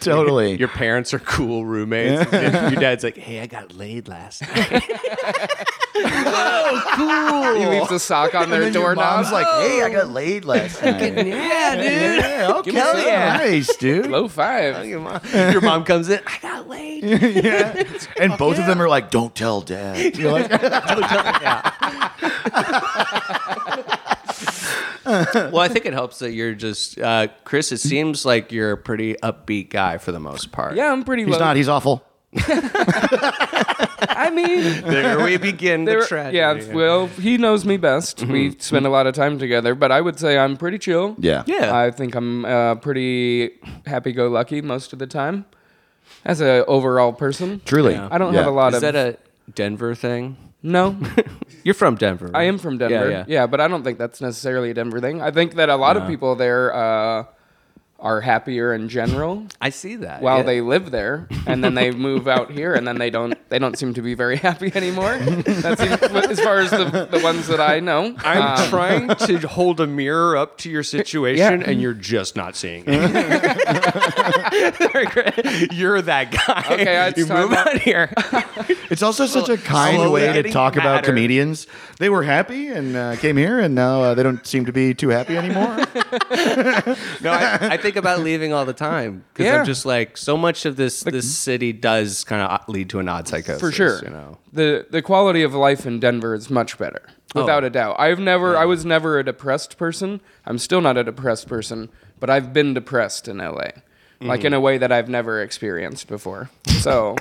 D: totally.
E: Your parents are cool roommates. And your dad's like, hey, I got laid last night.
F: He leaves a sock on their
D: and then your
F: doorknob.
D: mom's like, hey, I got laid last night.
E: yeah, dude.
D: yeah, okay.
E: me some.
D: Nice, dude.
F: low five.
E: Your mom, your mom comes in, I got laid.
D: yeah. And both of them are like, don't tell dad. You're like,
E: Well, I think it helps that you're just, uh, Chris, it seems like you're a pretty upbeat guy for the most part.
F: Yeah, I'm pretty
D: he's
F: low.
D: not. He's awful.
F: I mean,
E: There we begin
F: there-
E: the tragedy.
F: yeah. Well, he knows me best. We spend a lot of time together, but I would say I'm pretty chill.
D: Yeah.
E: Yeah.
F: I think I'm uh, pretty happy-go-lucky most of the time, as a overall person.
D: Truly.
F: I don't have a lot
E: Is
F: of
E: that a Denver thing?
F: no.
E: You're from Denver.
F: I am from Denver. Yeah,
E: yeah.
F: but I don't think that's necessarily a Denver thing. I think that a lot of people there uh, are happier in general
E: I see that.
F: while
E: yeah.
F: they live there, and then they move out here, and then they don't they don't seem to be very happy anymore. That seems, as far as the, the ones that I know.
E: I'm
F: Um,
E: trying to hold a mirror up to your situation, and you're just not seeing it. you're that guy.
F: Okay, it's
E: you
F: time
E: move
F: out.
E: out here.
D: It's also such a kind
E: slow
D: way to
E: getting
D: talk about
E: madder.
D: comedians. They were happy and uh, came here, and now uh, they don't seem to be too happy anymore.
E: No, I, I think about leaving all the time because
F: Yeah.
E: I'm just like so much of this this city does kind of lead to an odd psychosis.
F: for sure.
E: you know.
F: the the quality of life in Denver is much better,
E: Oh.
F: without a doubt. I've never I was never a depressed person. I'm still not a depressed person, but I've been depressed in LA,
E: Mm-hmm.
F: like in a way that I've never experienced before. So,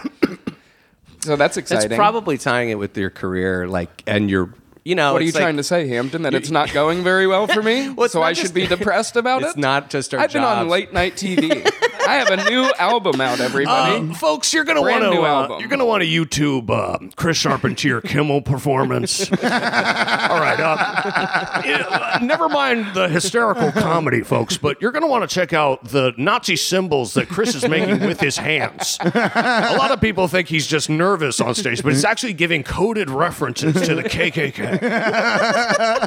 F: so that's
E: That's
F: exciting.
E: probably tying it with your career, like and your you know.
F: what are you
E: it's like-
F: trying to say, Hampton? That it's not going very well for me,
E: Well, it's
F: so
E: not
F: I should
E: just-
F: be depressed about it.
E: It's not just our
F: I've been on
E: jobs.
F: late night TV. I have a new album out, everybody.
G: Um, folks, you're gonna want
F: Brand
G: to
F: new
G: uh,
F: album.
G: you're gonna want to YouTube uh, Chris Charpentier Kimmel performance. All right, uh, you know, uh, never mind the hysterical comedy, folks, but you're gonna want to check out the Nazi symbols that Chris is making with his hands. A lot of people think he's just nervous on stage, but he's actually giving coded references to the KKK.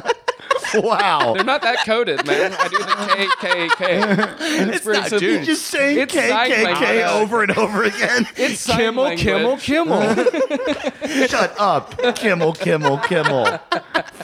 D: Wow.
F: They're not that coded, man. I do the KKK. It's, it's
E: not, dude.
D: You're just saying
F: It's sign
D: KKK
F: language.
D: over and over again.
F: It's sign
E: Kimmel,
F: language.
E: Kimmel, Kimmel.
D: Shut up, Kimmel, Kimmel, Kimmel.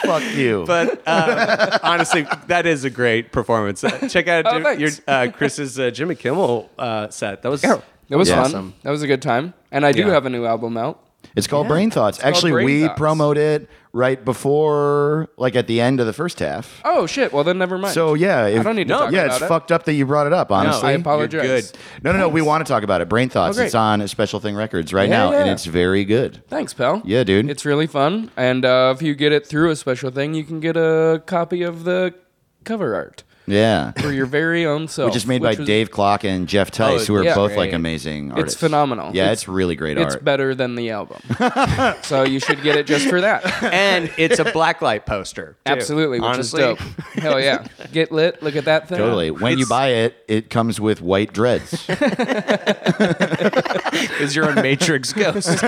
D: Fuck you.
E: But uh, honestly, that is a great performance. Uh, check out
F: Oh,
E: Jim, your,
F: thanks.
E: uh, Chris's uh, Jimmy Kimmel uh, set. That was
F: That was
D: Yeah.
F: fun.
D: Awesome.
F: That was a good time. And I do
E: Yeah.
F: have a new album out.
D: it's called Brain Thoughts. Actually,
F: Brain
D: we
F: Thoughts.
D: promoted it right before, like at the end of the first half.
F: Oh shit! Well then, never mind.
D: So yeah, if,
F: I don't need to
E: No,
F: talk
D: yeah,
F: about
D: it's
F: it.
D: fucked up that you brought it up. Honestly,
F: I
E: You're
F: apologize.
E: good.
D: No, no, no. We want to talk about it. Brain Thoughts.
F: Oh, great.
D: it's on Special Thing Records right
F: Yeah,
D: now, and
F: yeah.
D: it's very good.
F: Thanks, pal.
D: Yeah, dude.
F: It's really fun. And uh, if you get it through a special thing, you can get a copy of the cover art
D: yeah.
F: for your very own self.
D: Which is made by
F: which was- Oh,
D: Dave Clock and Jeff Tice, who are
F: yeah.
D: both
F: Great.
D: like amazing artists.
F: phenomenal.
D: Yeah, it's,
F: It's-
D: really great
F: It's
D: art.
F: better than the album, so you should get it just for that.
E: and it's a blacklight poster. too.
F: Absolutely, which
E: Honestly,
F: is dope. Hell yeah! Get lit. Look at that thing.
D: Totally. When you buy it, it comes with white dreads.
E: is your own Matrix ghost.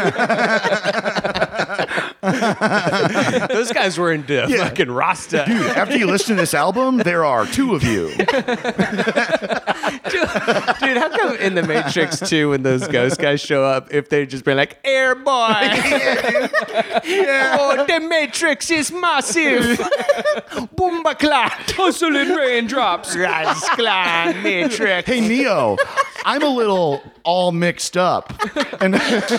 E: Those guys were into fucking Rasta.
D: After you listen to this album, there are two of you.
E: Dude, how come in the Matrix 2 when those ghost guys show up, if they just been like, Air boy! Oh, the Matrix is massive! Boomba clat!
F: Hustling raindrops.
E: Rasklan Matrix!
D: Hey Neo, I'm a little all mixed up. And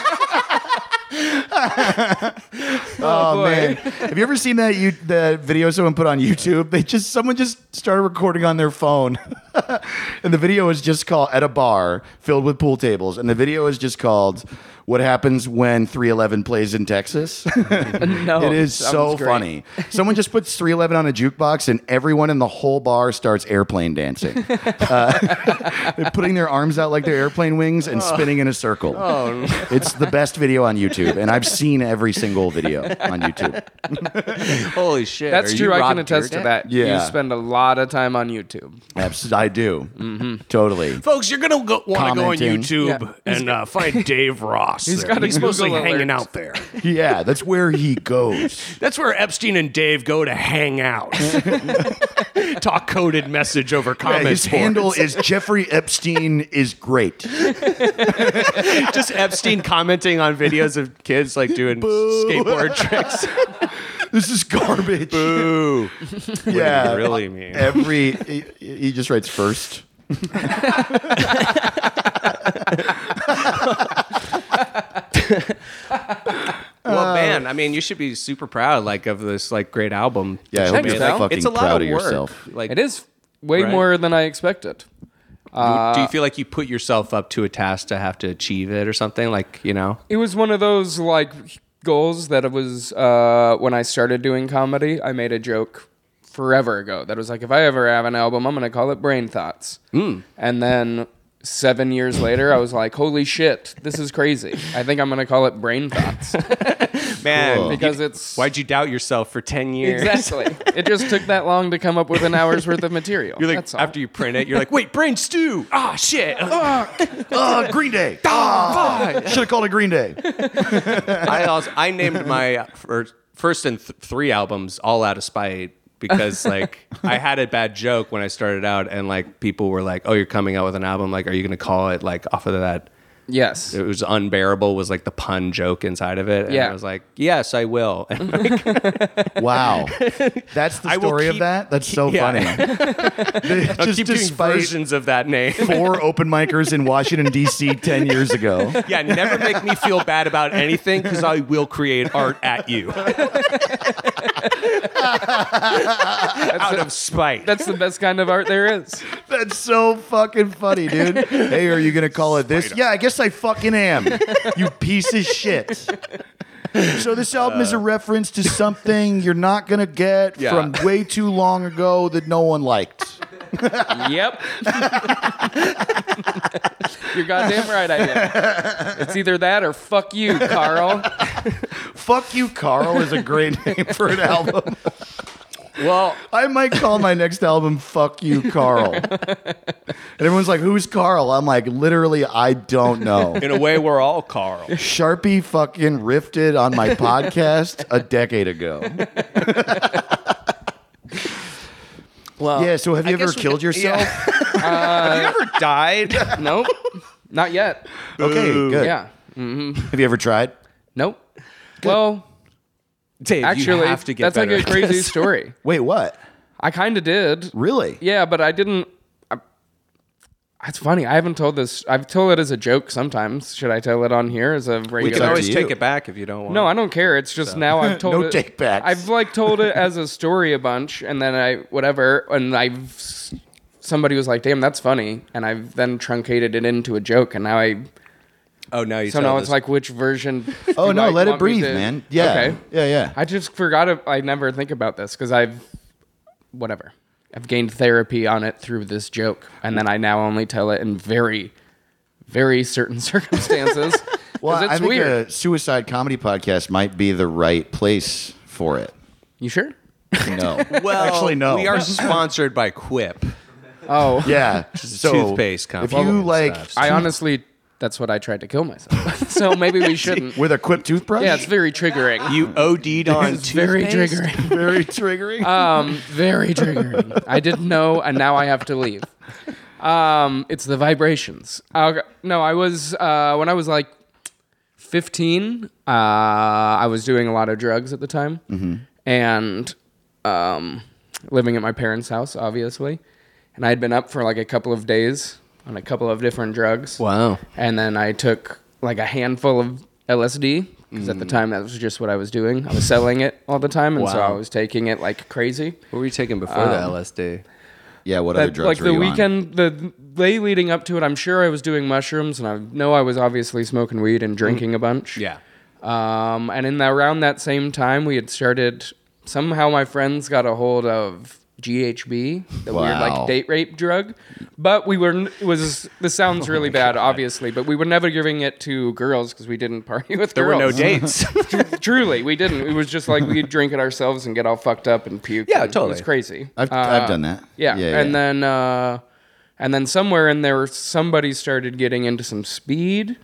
D: oh
F: boy.
D: man, have you ever seen that you that video someone put on YouTube? They just someone just started recording on their phone, and the video is just called at a bar filled with pool tables, and the video is just called "What Happens When 311 Plays in Texas."
F: No,
D: it is
F: Oh, that
D: so
F: was great.
D: funny. Someone just puts 311 on a jukebox, and everyone in the whole bar starts airplane dancing. uh, they're putting their arms out like they're airplane wings and
F: Oh.
D: spinning in a circle. It's the best video on YouTube, and I've seen every single video on YouTube.
E: Holy shit.
F: That's
E: are
F: true.
E: you
F: I
E: Rob
F: can attest to
E: Dyrdek?
F: that.
D: Yeah.
F: You spend a lot of time on YouTube.
D: Abs- I do.
F: Mm-hmm.
D: Totally.
G: Folks, you're gonna go, want to go on
D: Commenting.
G: YouTube
F: Yeah.
G: and uh, find Dave Ross. He's,
F: got a
G: he's mostly
F: Google
G: hanging
F: alert.
G: out there.
D: Yeah, that's where he goes.
G: That's where Epstein and Dave go to hang out. Talk coded message over
D: Yeah,
G: comments.
D: his handle is Jeffrey Epstein is great.
E: Just Epstein commenting on videos of kids like doing skateboard tricks.
D: This is garbage.
E: Ooh.
D: Yeah,
E: Really mean.
D: every he, he just writes first.
E: Well, man, I mean, you should be super proud, like, of this, like, great album.
D: Yeah, I
E: that
D: hope
E: you
F: you're
E: made. Like,
D: fucking
E: it's a lot
D: proud
E: of
D: of
E: work.
D: yourself.
E: Like,
F: It is way
E: Right.
F: more than I expected.
E: do you feel like you put yourself up to a task to have to achieve it or something? Like, you know?
F: It was one of those like goals that it was uh, when I started doing comedy. I made a joke forever ago that was like, if I ever have an album, I'm gonna call it Brain Thoughts.
E: Hmm.
F: And then seven years later, I was like, holy shit, this is crazy. I think I'm gonna call it Brain Thoughts
E: Man,
F: because it's
E: why'd you doubt yourself for 10 years?
F: exactly. it just took that long to come up with an hour's worth of material.
E: You're like,
F: That's all.
E: after you print it, you're like, wait, brain stew. Ah, shit.
D: Uh, Green Day. Should have called it Green Day.
E: I also, I named my first, first and th- three albums all out of spite because like I had a bad joke when I started out and like people were like, oh, you're coming out with an album. Like, are you going to call it like off of that?
F: yes.
E: It was unbearable was like the pun joke inside of it. And
F: Yeah.
E: I was like, yes, I will. And
D: Wow. That's the
E: I will
D: story of
E: keep-
D: that? That's so
E: yeah.
D: funny. They-
E: I'll
D: Just
E: keep doing
D: despite
E: versions of that name.
D: four open micers in Washington, D.C. 10 years ago.
E: Yeah, never make me feel bad about anything because I will create art at you out of spite.
F: That's the best kind of art there is.
D: That's so fucking funny, dude. Hey, are you going to call it this? Yeah, I guess I fucking am. You piece of shit. So this album is a reference to something you're not going to get
E: Yeah.
D: from way too long ago that no one liked.
F: yep. You're goddamn right I did. It's either that or fuck you, Carl.
D: Fuck you, Carl is a great name for an album.
E: Well,
D: I might call my next album "Fuck You, Carl." and everyone's like, "Who's Carl?" I'm like, "Literally, I don't know."
E: in a way, we're all Carl.
D: Sharpie fucking rifted on my podcast a decade ago.
E: Well,
D: Yeah. So have you
E: I
D: ever
E: guess we
D: killed
E: could-
D: yourself?
E: Have you ever died?
F: Nope. Not yet.
D: Okay. Good.
F: Yeah.
D: Have you ever tried?
F: Nope. Well,
E: Dave,
F: actually,
E: you have to get
F: that's like
E: better
F: a
E: at
F: crazy
E: this.
F: story.
D: Wait, what?
F: I kind of did.
D: Really?
F: Yeah, but I didn't. I, it's funny. I haven't told this. I've told it as a joke sometimes. Should I tell it on here as a
E: We
F: regular?
E: can
D: up
E: always
D: to you.
E: take it back if you don't want.
F: No, I don't care. It's just now I've told
D: No
F: it.
D: take backs.
F: I've like told it as a story a bunch, and then I whatever, and I've s- somebody was like, "Damn, that's funny," and I've then truncated it into a joke, and now I
E: Oh, now you.
F: so
E: tell
F: now
E: this.
F: it's like which version.
D: Oh
F: do
D: no,
F: I
D: let it
F: want me
D: breathe,
F: to-
D: man. Yeah.
F: Okay.
D: Yeah, yeah.
F: I just forgot. If, I never think about this because I've whatever. I've gained therapy on it through this joke, and then I now only tell it in very, very certain circumstances.
D: well,
F: well, it's
D: I think uh,
F: weird.
D: a suicide comedy podcast might be the right place for it.
F: you sure?
D: No.
E: well,
D: actually no.
E: We are sponsored by Quip.
F: Oh,
D: yeah. So
E: toothpaste
D: If
E: company
D: you
E: and
D: like
E: stuff.
F: I honestly, that's what I tried to kill myself. so maybe we shouldn't.
D: with a quip toothbrush,
F: Yeah, it's very triggering.
E: You OD'd on
F: It's very
E: toothpaste?
F: triggering.
D: very triggering.
F: Um, very triggering. I didn't know, and now I have to leave. Um, it's the vibrations. Uh, no, I was uh, when I was like fifteen. Uh, I was doing a lot of drugs at the time,
B: Mm-hmm.
F: and um, living at my parents' house, obviously. And I had been up for like a couple of days on a couple of different drugs.
B: Wow.
F: And then I took like a handful of LSD because at the
B: Mm.
F: time that was just what I was doing. I was selling it all the time, and so I
B: Wow.
F: was taking it like crazy.
B: What were you taking before the
E: Um,
B: LSD?
D: yeah. What other
F: That,
D: drugs
F: like
D: were
F: the
D: you on?
F: weekend, the day leading up to it, I'm sure I was doing mushrooms, and I know I was obviously smoking weed and drinking a bunch.
E: Yeah.
F: Um, and in the, around that same time, we had started. Somehow, my friends got a hold of GHB, the weird
D: Wow.
F: like date rape drug. But we were n- it was this sounds
E: Oh
F: really bad, obviously. But we were never giving it to girls because we didn't party with
E: There were
F: girls.
E: no dates.
F: Truly, we didn't. It was just like we'd drink it ourselves and get all fucked up and puke.
E: Yeah,
F: and It was
E: totally.
F: crazy.
D: I've,
F: Uh,
D: I've done that.
F: yeah. and then uh, and then somewhere in there, somebody started getting into some speed.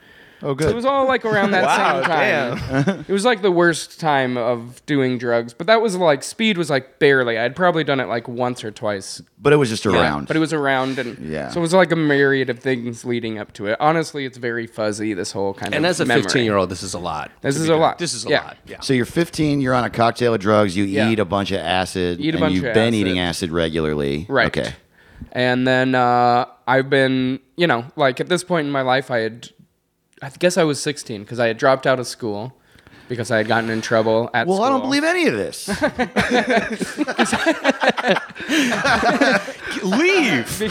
D: oh
F: So
D: good.
F: it was all like around that
E: Wow,
F: same time. it was like the worst time of doing drugs, but that was like speed was like barely. I'd probably done it like once or twice,
D: but it was just around.
F: but it was around and
D: Yeah.
F: So it was like a myriad of things leading up to it. Honestly, it's very fuzzy. This whole kind
B: And
F: of
B: as a
F: memory.
B: 15 year old, this is a lot.
F: This
B: to
F: is
B: be
F: a
B: doing.
F: lot.
B: This is a
F: Yeah.
B: lot. Yeah.
D: So you're 15, you're on a cocktail of drugs, you
F: Yeah.
D: eat a bunch of acid,
F: Eat a
D: and
F: bunch
D: you've
F: of
D: been
F: acid.
D: eating acid regularly.
F: Right.
D: Okay.
F: And then uh, I've been, you know, like at this point in my life, I had, I guess I was 16 because I had dropped out of school because I had gotten in trouble at
D: Well,
F: school.
D: I don't believe any of this.
E: Leave.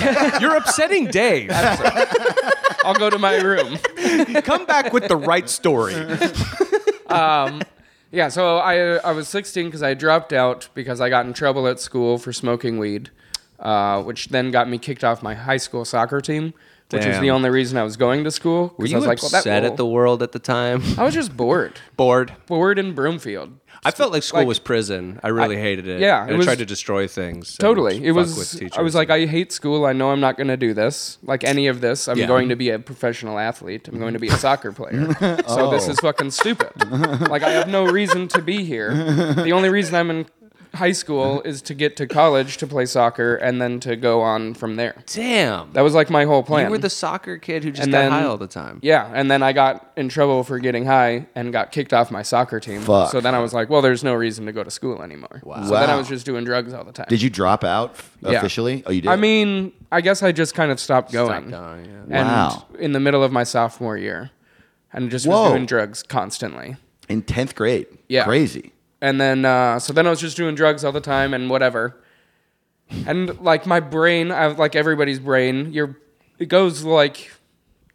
E: You're upsetting Dave.
F: I'll go to my room.
E: Come back with the right story.
F: Yeah, so I I was 16 because I dropped out because I got in trouble at school for smoking weed, uh, which then got me kicked off my high school soccer team, which was
E: Damn.
F: the only reason I was going to school. 'cause
B: Were
F: I
B: you
F: was like, well, that
B: upset at the
F: will-
B: world at the time?
F: I was just bored,
B: Bored.
F: bored in Broomfield.
B: I felt like school
F: like-
B: was prison. I really hated it.
F: yeah,
B: and
F: it
B: I
F: was-
B: tried to destroy things. and
F: Totally, it
B: fuck
F: was.
B: With
F: I was
B: teachers.
F: like, I hate school. I know I'm not going to do this, like any of this. I'm
B: Yeah.
F: going to be a professional athlete. I'm going to be a soccer player. So
B: Oh.
F: this is fucking stupid. like I have no reason to be here. The only reason I'm in high school is to get to college to play soccer and then to go on from there.
B: damn.
F: That was like my whole plan.
B: you were the soccer kid who just
F: And
B: got
F: then-
B: high all the time.
F: yeah, and then I got in trouble for getting high and got kicked off my soccer team.
D: Fuck.
F: So then I was like, well, there's no reason to go to school anymore. Wow. So then I
D: Wow.
F: was just doing drugs all the time.
D: Did you drop out f-
F: Yeah.
D: officially? Oh, you did?
F: I mean, I guess I just kind of stopped going.
B: going, yeah.
F: And
D: Wow.
F: in the middle of my sophomore year, and just was
D: Whoa.
F: doing drugs constantly.
D: in 10th grade.
F: Yeah.
D: Crazy.
F: And then, uh, so then I was just doing drugs all the time and whatever. And like my brain, I, like everybody's brain, your it goes like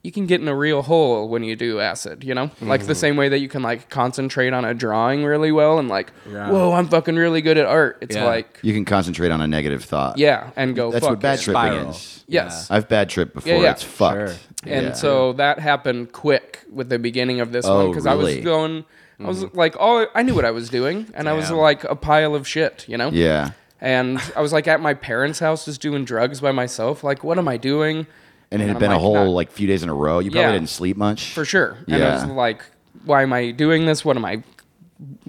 F: you can get in a real hole when you do acid, you know? Like the same way that you can like concentrate on a drawing really well and like, whoa, I'm fucking really good at art. It's
B: Yeah.
F: like,
D: You can concentrate on a negative thought.
F: yeah, and go.
D: That's
F: fuck
D: what bad
F: it.
D: tripping
B: Spiral.
D: is.
F: Yes.
D: I've bad tripped before.
F: Yeah, yeah.
D: It's fucked.
B: Sure.
F: And
D: Yeah.
F: so that happened quick with the beginning of this one
D: Oh,
F: because I
D: really? Mm-hmm.
F: was going, I was like, oh, I knew what I was doing, and I was like a pile of shit, you know.
D: Yeah.
F: And I was like at my parents' house, just doing drugs by myself. Like, what am I doing?
D: And it had
F: I'm
D: been a
F: like,
D: whole
F: not-
D: like few days in a row. You probably
F: Yeah.
D: didn't sleep much.
F: for sure. And
D: Yeah.
F: I was like, why am I doing this? What am I?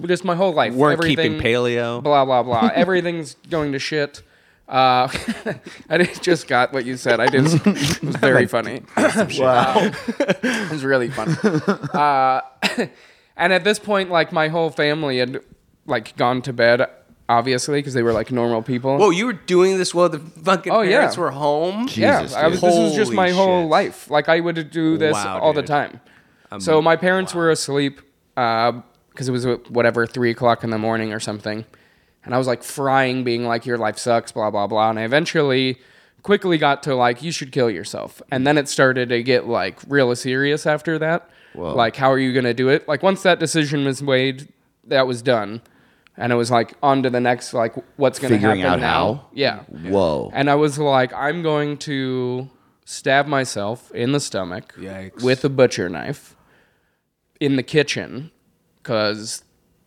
F: Just my whole life.
E: Weren't
F: everything-
E: keeping paleo.
F: Blah blah blah. Everything's going to shit. Uh, I did- just got what you said. I did. It was very funny.
D: Wow.
F: It was really funny. Uh, and at this point, like my whole family had like gone to bed, obviously, because they were like normal people.
E: Whoa, you were doing this while the fucking
F: Oh, yeah.
E: parents were home.
F: yeah,
D: Jesus,
F: I was,
D: dude.
F: this was just
E: Holy
F: my whole
E: shit.
F: life. Like I would do this
E: Wow,
F: all the
E: dude.
F: time. so my parents were asleep because it was uh, whatever three o'clock in the morning or something, and I was like frying, being like, "Your life sucks," blah blah blah. And I eventually quickly got to like, "You should kill yourself," and then it started to get like real serious after that. Like, how are you gonna do it? Like once that decision was made, that was done. And it was like on to the next, like what's going to happen
D: Figuring out
F: now?
D: how?
F: Yeah.
D: Whoa.
F: And I was like, I'm going to stab myself in the stomach
B: Yikes.
F: with a butcher knife in the kitchen because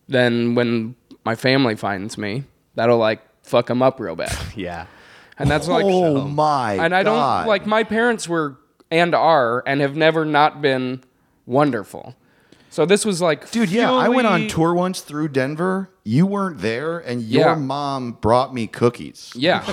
F: then when my family finds me, that'll like fuck them up real bad.
E: Yeah.
F: And that's like,
D: oh my.
F: and I don't
D: God.
F: like my parents were and are and have never not been wonderful. So this was like,
D: Dude, yeah, I went on
F: fully-
D: tour once through Denver. You weren't there, and your
F: Yeah.
D: mom brought me cookies.
F: Yeah,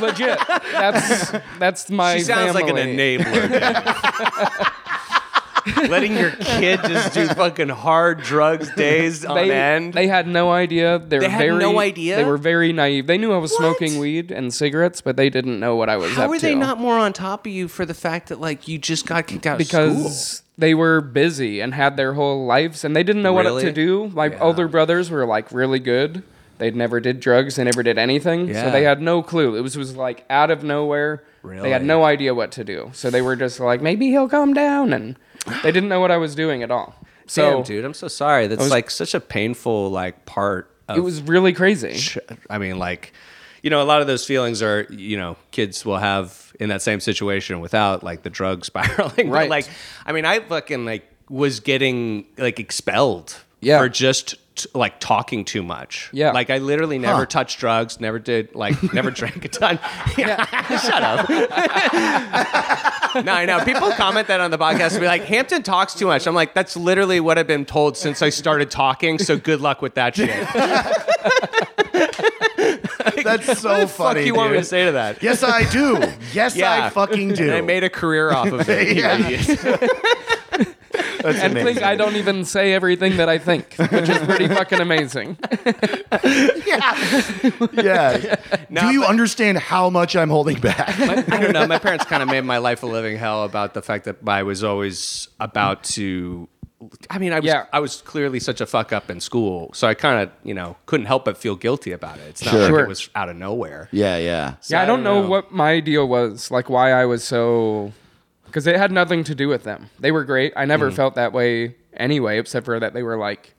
F: legit. That's that's my.
E: She sounds like an
F: family.
E: enabler. dude. Letting your kid just do fucking hard drugs days on
F: they,
E: end.
F: They had no idea. They, were
E: had
F: very,
E: no idea?
F: They were very naive. They knew I was smoking weed and cigarettes, but they didn't know what I was
E: How
F: up
E: were they
F: to.
E: not more on top of you for the fact that like you just got kicked out of school?
F: because they were busy and had their whole lives, and they didn't know
E: Really?
F: what to do. My older brothers were like really good. They never did drugs. They never did anything.
E: Yeah.
F: So they had no clue. It was was like out of nowhere. They had
E: Really?
F: no idea what to do. So they were just like, maybe he'll calm down, and they didn't know what I was doing at all. So
B: Damn, dude, I'm so sorry. That's
F: was-
B: like such a painful like part of
F: it was really crazy.
B: I mean, like, you know, a lot of those feelings are, you know, kids will have in that same situation without like the drug spiraling. But,
F: Right.
B: like, I mean, I fucking like was getting like expelled
F: Yeah.
B: for just t- like talking too much.
F: Yeah.
B: Like I literally never touched drugs, never did like never drank a ton. Yeah. Shut up. no, I know. People comment that on the podcast and be like, Hampton talks too much. I'm like, that's literally what I've been told since I started talking. So good luck with that shit.
D: That's so
B: What
D: funny.
B: do you want me
D: dude.
B: to say to that?
D: Yes, I do. Yes,
B: Yeah.
D: I fucking do.
B: And I made a career off of it. you
D: Yeah.
B: idiot.
D: That's
F: and
D: amazing.
F: think I don't even say everything that I think, which is pretty fucking amazing.
D: Yeah. do you understand how much I'm holding back?
B: I don't know. My parents kind of made my life a living hell about the fact that I was always about to. I mean, I was
F: Yeah.
B: I was clearly such a fuck up in school, so I kind of you know couldn't help but feel guilty about it. It's not
D: Sure.
B: like
F: Sure.
B: it was out of nowhere.
D: yeah, yeah.
F: yeah, I don't know what my deal was, like why I was so, because it had nothing to do with them. They were great. I never felt that way anyway, except for that they were like,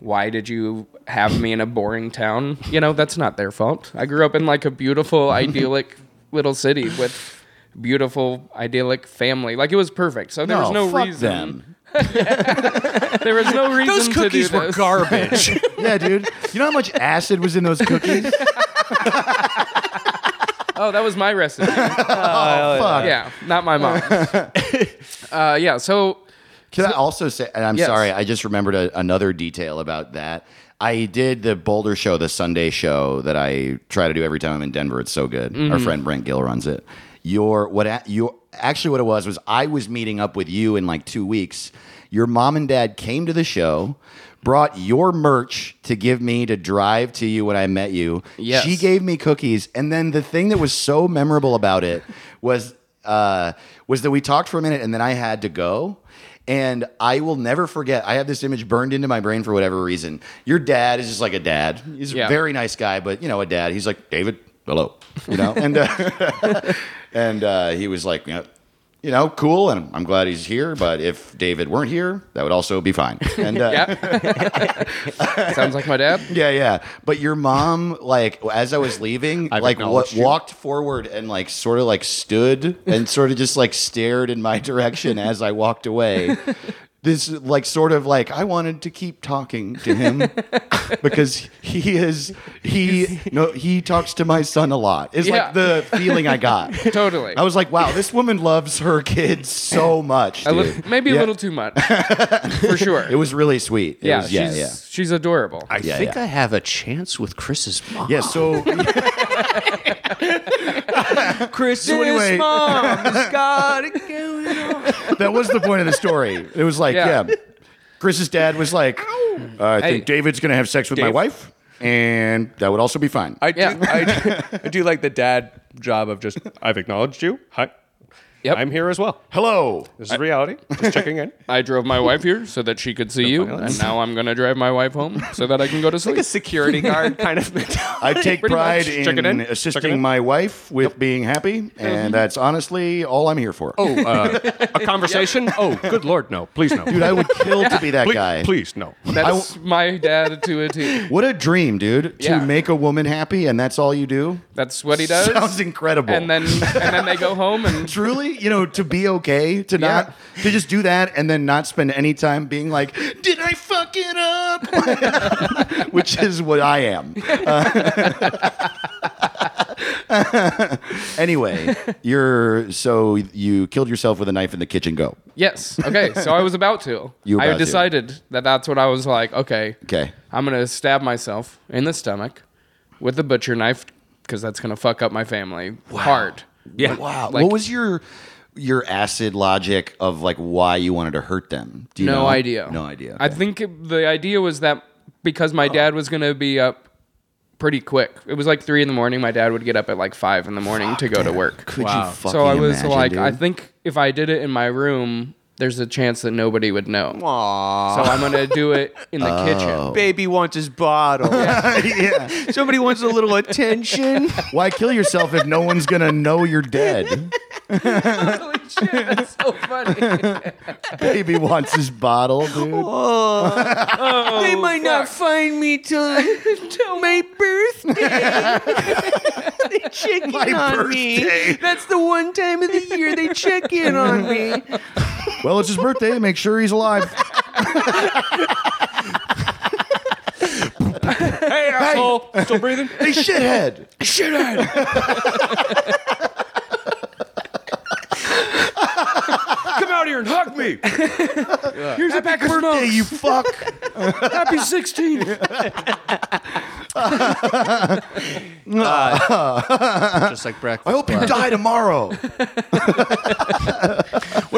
F: "Why did you have me in a boring town?" You know, that's not their fault. I grew up in like a beautiful, idyllic little city with beautiful, idyllic family. Like it was perfect. So there was no
D: fuck
F: reason.
D: them.
F: There was no reason.
E: Those
F: to
E: cookies
F: do
E: were
F: this.
E: garbage.
D: Yeah, dude. You know how much acid was in those cookies?
F: Oh, that was my recipe.
D: Oh, Fuck.
F: yeah, not my mom. uh, yeah, so
D: Can I also say, and I'm
F: Yes.
D: sorry, I just remembered a, another detail about that. I did the Boulder show, the Sunday show that I try to do every time I'm in Denver. It's so good. Our friend Brent Gill runs it. Your what? a- Your actually, what it was was I was meeting up with you in like two weeks. Your mom and dad came to the show, brought your merch to give me to drive to you when I met you.
F: Yes.
D: She gave me cookies, and then the thing that was so memorable about it was uh, was that we talked for a minute, and then I had to go. And I will never forget. I have this image burned into my brain for whatever reason. Your dad is just like a dad. He's a
F: Yeah.
D: very nice guy, but you know, a dad. He's like David, hello, you know. And uh, and uh, he was like, you know, you know, cool, and I'm glad he's here. But if David weren't here, that would also be fine. And uh,
F: Sounds like my dad.
D: Yeah, yeah. But your mom, like, as I was leaving, like, wa-
B: acknowledged you.
D: walked forward and like sort of like stood and sort of just like stared in my direction as I walked away. This like sort of like I wanted to keep talking to him because he is he no he talks to my son a lot. It's
F: Yeah.
D: like the feeling I got.
F: Totally.
D: I was like, wow, this woman loves her kids so much.
F: I
D: dude.
F: li- maybe a
D: Yeah.
F: little too much, for sure.
D: It was really sweet. It
F: yeah,
D: was-
F: she's,
D: yeah, yeah.
F: she's adorable.
B: I
D: Yeah,
B: think
D: yeah.
B: I have a chance with Chris's mom.
D: Yeah, so
E: Chris,
D: So anyway-
E: mom's got it going on.
D: that was the point of the story. It was like,
F: Yeah.
D: yeah. Chris's dad was like, uh, I think David's going to have sex with my
E: Dave.
D: wife, and that would also be fine.
E: I do,
F: Yeah.
E: I, do, I do like the dad job of just, I've acknowledged you. Hi.
F: Yep.
E: I'm here as well.
D: Hello.
E: This is reality. Just checking in.
F: I drove my wife here so that she could see you, and now I'm gonna drive my wife home so that I can go to sleep.
E: security guard kind of mentality.
D: I take
F: Pretty
D: pride
F: much.
D: in,
E: Check it in. Check it
D: assisting
E: in. Mm-hmm.
D: my wife with being happy, and that's honestly all I'm here for.
E: Oh, uh, a conversation? Oh, good lord, no. Please, no.
D: Dude, I would kill to be that
E: please,
D: guy.
E: please, no.
F: That's my dad to a T.
D: What a dream, dude, to
F: Yeah.
D: make a woman happy, and that's all you do.
F: That's what he does.
D: Sounds incredible.
F: and then and then they go home and
D: truly, you know, to be okay, to not, to just do that and then not spend any time being like, did I fuck it up? Which is what I am. Uh, anyway, you're, so you killed yourself with a knife in the kitchen, go.
F: yes. Okay, so I was about to.
D: You were about
F: I
D: to.
F: decided that that's what I was like. Okay,
D: Okay.
F: I'm gonna stab myself in the stomach with a butcher knife because that's gonna fuck up my family hard.
D: Yeah. Wow.
F: Like-
D: what was your, your acid logic of like why you wanted to hurt them? Do you
F: no
D: know?
F: idea.
D: No idea.
F: I
D: Okay. Oh.
F: think it- the idea was that because my dad was going to be up pretty quick. It was like three in the morning. My dad would get up at like five in the morning to go to work.
D: Could you fucking
F: So I was
D: imagine,
F: like,
D: dude?
F: I think if I did it in my room, there's a chance that nobody would know. So I'm going to do it in the
D: Oh.
F: kitchen.
E: Baby wants his bottle. Somebody wants a little attention.
D: Why kill yourself if no one's gonna know you're dead?
F: Holy shit, that's so funny.
D: Baby wants his bottle, dude.
E: Oh. they might not find me till, till my birthday. they check in on me. That's the one time of the year they check in on me.
D: Well, it's his birthday. Make sure he's alive.
E: Hey, asshole. Still breathing?
D: Hey, shithead.
E: Come out here and hug me.
F: Here's a pack of smokes.
D: You fuck.
F: Happy 16.
B: just like breakfast.
D: I hope you die tomorrow.
E: What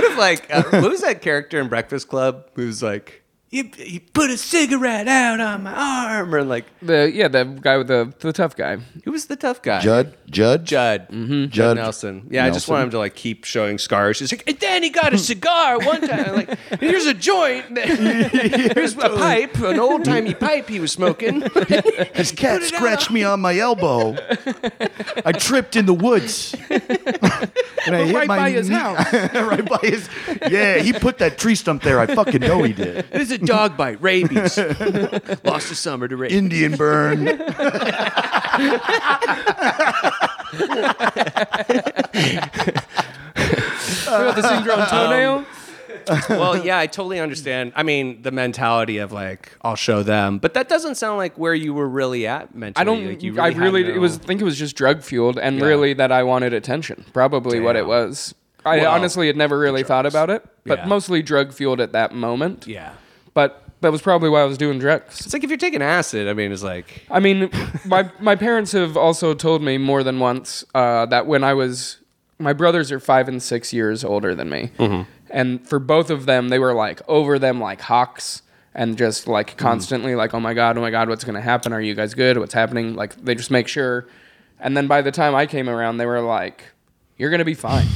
E: if, like, uh, what was that character in Breakfast Club who's like, you, you put a cigarette out on my arm? Or, like,
F: The, yeah, the guy with the, the tough guy.
E: who was the tough guy?
D: Judd. Judd.
E: Judd.
B: Mm-hmm.
D: Judd.
E: Nelson. Yeah, I just want him to like keep showing scars. He's like, and then he got a cigar one time. I'm like, here's a joint. here's a pipe, an old timey pipe he was smoking.
D: His cat
E: it
D: scratched me on my elbow. I tripped in the woods. and I hit
F: Right
D: my
F: by his
D: knee-
F: house.
D: right by his. Yeah, he put that tree stump there. I fucking know he did.
E: This is a dog bite, rabies. Lost a summer to rabies.
D: Indian burn.
F: With the ingrown toenail.
E: well, yeah, I totally understand. I mean, the mentality of like, I'll show them, but that doesn't sound like where you were really at mentally.
F: I don't.
E: Like, you
F: I
E: had
F: really. It
E: no-
F: was. Think it was just drug fueled, and really that I wanted attention. Probably what it
E: Damn.
F: was. I
E: Well,
F: honestly had never really thought about it, but
E: Yeah.
F: mostly drug fueled at that moment.
E: Yeah.
F: But that was probably why I was doing drugs.
E: It's like if you're taking acid. I mean, it's like
F: I mean, my my parents have also told me more than once uh, that when I was, my brothers are five and six years older than me,
E: Mm-hmm.
F: and for both of them, they were like over them like hawks, and just
E: Mm-hmm.
F: like constantly like, oh my god, oh my god, what's gonna happen? Are you guys good? What's happening? Like they just make sure, and then by the time I came around, they were like, you're gonna be fine.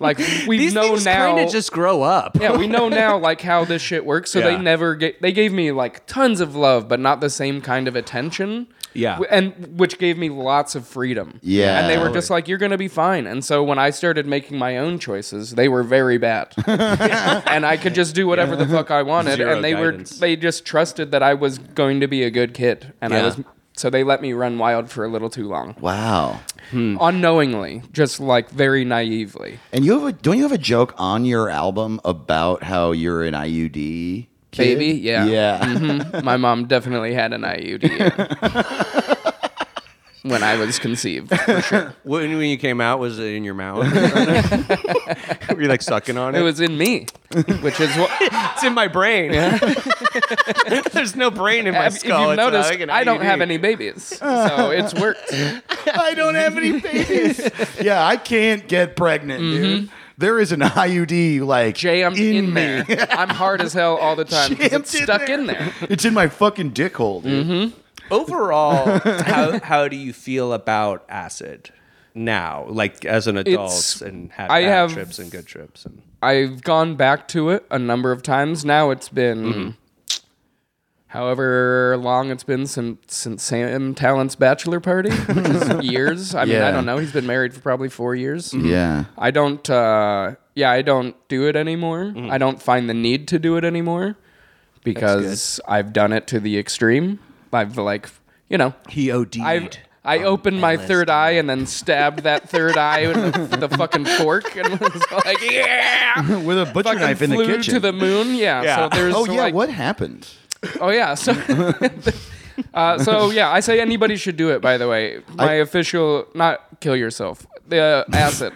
F: Like we
E: These
F: know
E: things
F: now.
E: kind of just grow up.
F: yeah, we know now like how this shit works. So
E: Yeah.
F: they never ga- they gave me like tons of love, but not the same kind of attention.
B: Yeah.
F: W- and which gave me lots of freedom.
D: Yeah.
F: and they were just like, "You're gonna be fine." And so when I started making my own choices, they were very bad, and I could just do whatever the fuck I wanted,
E: Zero
F: and they
E: guidance.
F: were they just trusted that I was going to be a good kid, and I
E: Yeah.
F: was. So they let me run wild for a little too long,
D: Wow.
E: Hmm.
F: unknowingly, just like very naively.
D: And you have a don't you have a joke on your album about how you're an IUD kid?
F: Baby, yeah.
D: Yeah.
F: My mom definitely had an IUD when I was conceived. for sure.
E: When, when you came out, was it in your mouth? Were you like sucking on it?
F: It was in me, which is what.
E: it's in my brain. There's no brain in my
F: If
E: skull.
F: you've
E: It's
F: noticed,
E: like an E
F: I don't
E: IUD.
F: have any babies, so it's worked.
D: I don't have any babies. yeah, I can't get pregnant, dude. There is an IUD like
F: Jay, I'm Mm-hmm. in,
D: in, me.
F: there. I'm hard as hell all the time. 'cause
D: Jammed
F: It's
D: in
F: stuck
D: there.
F: in there.
D: It's in my fucking dick hole, dude.
E: Overall, how, how do you feel about acid now, like as an adult
F: It's-
E: and have
F: I
E: bad
F: have-
E: trips and good trips? And,
F: I've gone back to it a number of times. Now it's been
E: Mm-hmm.
F: however long it's been since, since Sam Talent's bachelor party, which is years. I mean,
D: Yeah.
F: I don't know. He's been married for probably four years.
D: Yeah.
F: I don't. Uh, yeah, I don't do it anymore.
D: Mm.
F: I don't find the need to do it anymore because I've done it to the extreme. I've like, you know,
B: He OD'd.
F: I I opened my third eye and then stabbed that third eye with the, the fucking fork and was like, yeah,
D: With a butcher
F: fucking
D: knife in the
F: flew
D: kitchen.
F: to the moon. Yeah.
E: Yeah.
F: So there's
D: oh yeah,
F: like-
D: what happened?
F: Oh yeah. So. Uh, so yeah, I say anybody should do it. By the way, my official not kill yourself. The acid.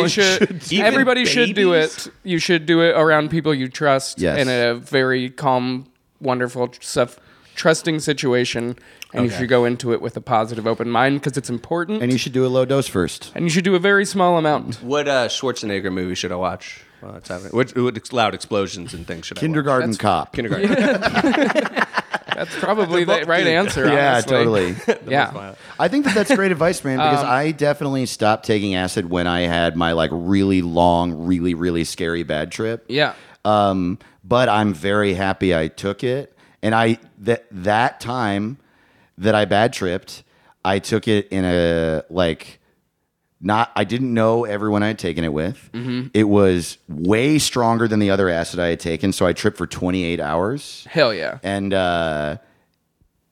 D: Everyone
F: should.
D: should do it.
F: everybody should do
E: babies?
F: it. You should do it around people you trust
D: Yes.
F: in a very calm, wonderful, self trusting situation, and you should go into it with a positive, open mind because it's important.
D: And
F: And
D: you
F: you,
D: should do a low dose first.
F: should do a very small amount.
E: what uh, Schwarzenegger movie should I watch? While that's happening? What, what ex- loud explosions and things should
D: Kindergarten
E: I watch?
D: cop.
E: Kindergarten.
F: That's probably the right answer.
D: yeah,
F: honestly. Um,
D: totally.
F: Yeah.
D: I think that that's great advice, man. Because I definitely stopped taking acid when I had my like really long, really really scary bad trip.
F: Yeah.
D: Um, but I'm very happy I took it, and I that that time that I bad tripped, I took it in a like not I didn't know everyone I had taken it with. It was way stronger than the other acid I had taken, so I tripped for 28 hours
F: Hell yeah.
D: and uh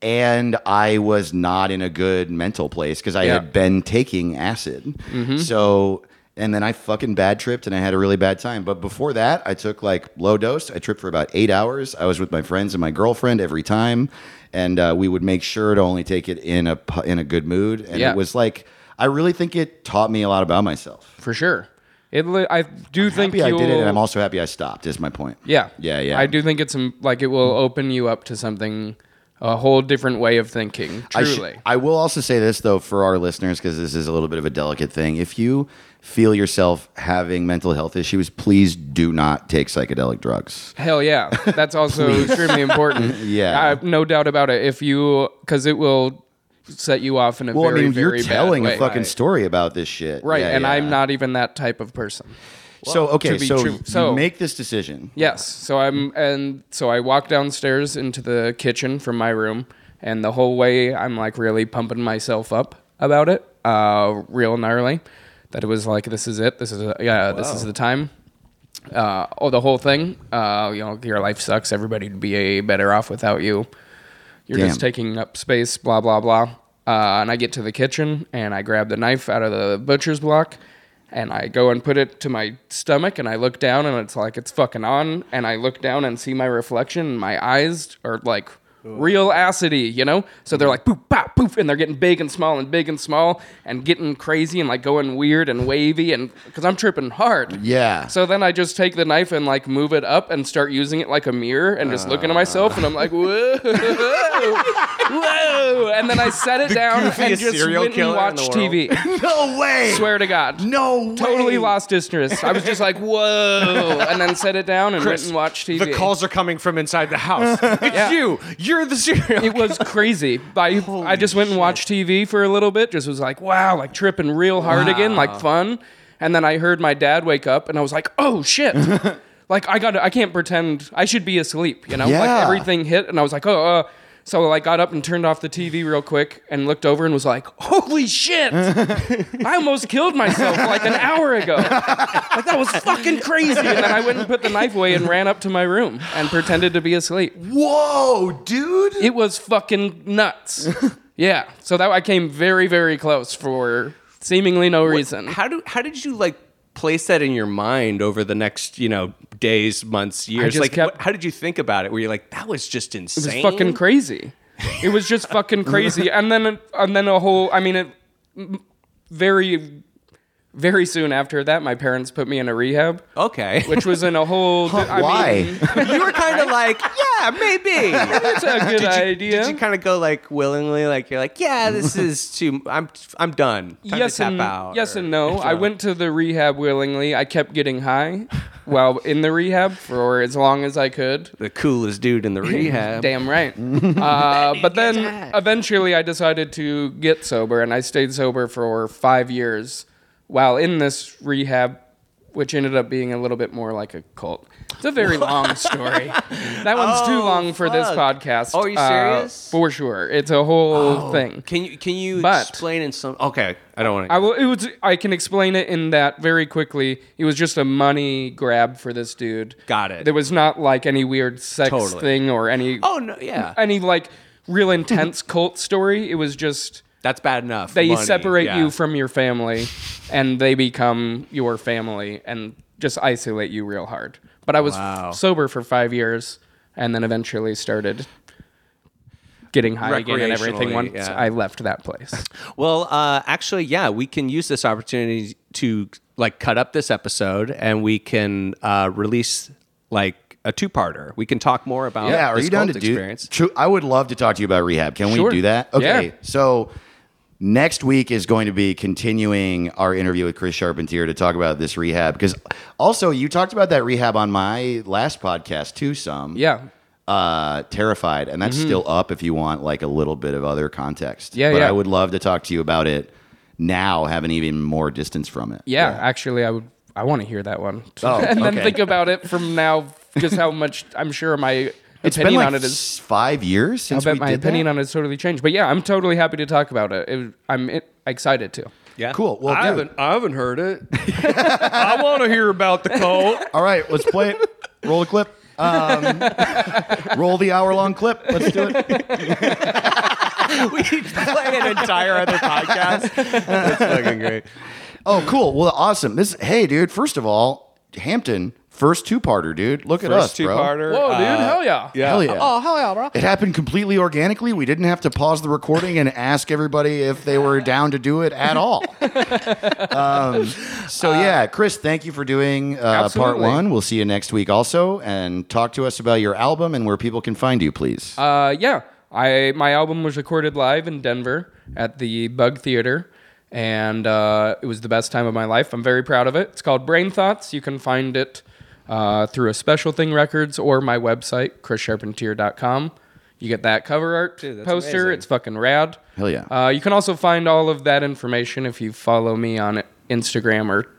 D: and I was not in a good mental place because I
F: Yeah. Mm-hmm.
D: had been taking acid. So and then I fucking bad tripped and I had a really bad time. But before that, I took like low dose. I tripped for about eight hours. I was with my friends and my girlfriend every time, and uh, we would make sure to only take it in a pu- in a good mood. And
F: Yeah.
D: it was like I really think it taught me a lot about myself.
F: for sure. It. Li- I do think
D: Happy I
F: you'll-
D: did it, and I'm also happy I stopped. Is my point?
F: Yeah.
D: yeah, yeah.
F: I do think it's um, like it will open you up to something, a whole different way of thinking.
D: I, should-
F: Truly.
D: I will also say this though for our listeners because this is a little bit of a delicate thing. If you feel yourself having mental health issues, please do not take psychedelic drugs.
F: Hell yeah. That's also extremely important.
D: Yeah.
F: I have no doubt about it. If you, because it will set you off in a
D: Well,
F: very,
D: I mean, you're
F: very
D: telling
F: bad
D: a
F: way.
D: fucking
F: Right.
D: story about this shit,
F: Right,
D: Yeah,
F: and
D: yeah.
F: I'm not even that type of person.
D: so okay,
F: to be
D: so
F: true.
D: you
F: So-
D: make this decision.
F: Yes. So I'm, and so I walk downstairs into the kitchen from my room, and the whole way I'm like really pumping myself up about it, uh, real gnarly, that it was like this is it, this is uh yeah, this is the time. Uh, oh, the whole thing. Uh, you know, your life sucks. Everybody'd be better off without you. You're just
D: Damn.
F: taking up space. Blah blah blah. Uh, and I get to the kitchen and I grab the knife out of the butcher's block and I go and put it to my stomach and I look down and it's like it's fucking on and I look down and see my reflection and my eyes are like real acidy, you know? So they're like poop pop poof and they're getting big and small and big and small and getting crazy and like going weird and wavy and cuz I'm tripping hard.
D: Yeah.
F: So then I just take the knife and like move it up and start using it like a mirror and just looking at myself and I'm like, whoa, whoa, and then I set it down and
E: goofiest
F: just
E: serial
F: went
E: killer in
F: and watched
E: the world.
F: TV.
D: no way.
F: Swear to God,
D: No way.
F: totally lost interest. I was just like, whoa, and then set it down and went and watched TV.
E: The calls are coming from inside the house. It's
F: Yeah.
E: you. You're the serial.
F: it was crazy. I, I just went and watched TV for a little bit. Just was like, wow, like tripping real hard again, like fun. And then I heard my dad wake up, and I was like, "Oh shit!" like I got, I can't pretend. I should be asleep, you know.
D: Yeah.
F: Like everything hit, and I was like, "Oh." uh. So I got up and turned off the TV real quick and looked over and was like, "Holy shit! I almost killed myself like an hour ago. Like that was fucking crazy." And then I went and put the knife away and ran up to my room and pretended to be asleep.
D: Whoa, dude.
F: It was fucking nuts. yeah. So that I came very, very close for seemingly no reason.
E: How do how did you like place that in your mind over the next you know days, months, years?
F: just
E: Like,
F: kept-
E: what- how did you think about it? Were you like, that was just
F: It was
E: insane?
F: fucking crazy. It was just fucking crazy. And then and then a whole. I mean, it very, very soon after that, my parents put me in a rehab,
E: Okay,
F: which was in a whole. I
D: Why?
F: Mean,
E: you were kind of like, yeah, maybe.
F: it's a good idea.
E: Did you kind of go like willingly, like you're like, yeah, this is too. I'm I'm done. Time
F: yes
E: to tap
F: and
E: out.
F: yes
E: or-
F: and no. I went to the rehab willingly. I kept getting high while in the rehab for as long as I could.
E: The coolest dude in the rehab.
F: Damn right. uh, but then eventually I decided to get sober and I stayed sober for five years while in this rehab, which ended up being a little bit more like a cult. It's a very long story. That one's too long for this
E: Oh, fuck.
F: podcast.
E: Oh, are you
F: uh,
E: serious? Oh,
F: for sure. It's a whole thing.
E: Can you can you
F: But-
E: explain in some? Okay, I don't want to.
F: I will. It was. I can explain it in that very quickly. It was just a money grab for this dude.
E: Got it.
F: There was not like any weird sex
E: Totally.
F: thing or any.
E: Oh, no, yeah.
F: Any like real intense cult story. It was just
E: That's bad enough.
F: they
E: Money,
F: separate
E: yeah.
F: you from your family, and they become your family and just isolate you real hard. But I was
E: Wow.
F: sober for five years, and then eventually started. Getting high again and everything
E: Recreationally,
F: once
E: yeah.
F: I left that place.
E: Well, uh, actually, yeah, we can use this opportunity to like cut up this episode, and we can uh, release like a two-parter. We can talk more about
D: Yeah, are
E: this
D: you down to
E: cult
D: do?
E: experience.
D: True, I would love to talk to you about rehab. Can
F: Sure.
D: we do that?
F: Yeah.
D: Okay. So next week is going to be continuing our interview with Chris Charpentier to talk about this rehab because also you talked about that rehab on my last podcast too. Some
F: yeah, Mm-hmm.
D: uh, terrified, and that's still up if you want like a little bit of other context.
F: Yeah,
D: but
F: yeah.
D: I would love to talk to you about it now, having even more distance from it.
F: Yeah, actually, I would. I want to hear that one.
D: Oh,
F: and then
D: okay.
F: think about it from now. Just how much I'm sure my
D: It's
F: opinion
D: been like
F: on it is.
D: s- five years
F: I
D: since
F: bet
D: we
F: my
D: did that?
F: opinion on it has totally changed. But yeah, I'm totally happy to talk about it. it I'm it, excited to.
E: Yeah,
D: Cool. Well,
G: I
D: dude,
G: haven't, I haven't heard it. I want to hear about the cult.
D: All right, let's play it. Roll a clip. Um, roll the hour long clip. Let's do it.
E: we could play an entire other podcast. That's fucking great.
D: Oh, cool. Well, awesome. This hey, dude. First of all, Hampton first two parter, dude. Look at us,
E: First
D: bro.
E: two-parter. Uh,
F: Whoa, dude! hell Uh, yeah!
E: yeah.
D: Hell yeah.
A: Oh, hell yeah, bro.
D: It happened completely organically. We didn't have to pause the recording and ask everybody if they were down to do it at all. um, so,
A: Uh,
D: yeah, Chris, thank you for doing uh, part
F: Absolutely.
D: one. We'll see you next week also. And talk to us about your album and where people can find you, please.
F: Uh, yeah, I my album was recorded live in Denver at the Bug Theater, and uh, it was the best time of my life. I'm very proud of it. It's called Brain Thoughts. You can find it uh, through a Special Thing Records or my website, chrissharpentier.com. You get that cover art
E: that's
F: poster.
E: amazing.
F: It's fucking rad.
D: Hell yeah.
F: Uh, you can also find all of that information if you follow me on Instagram or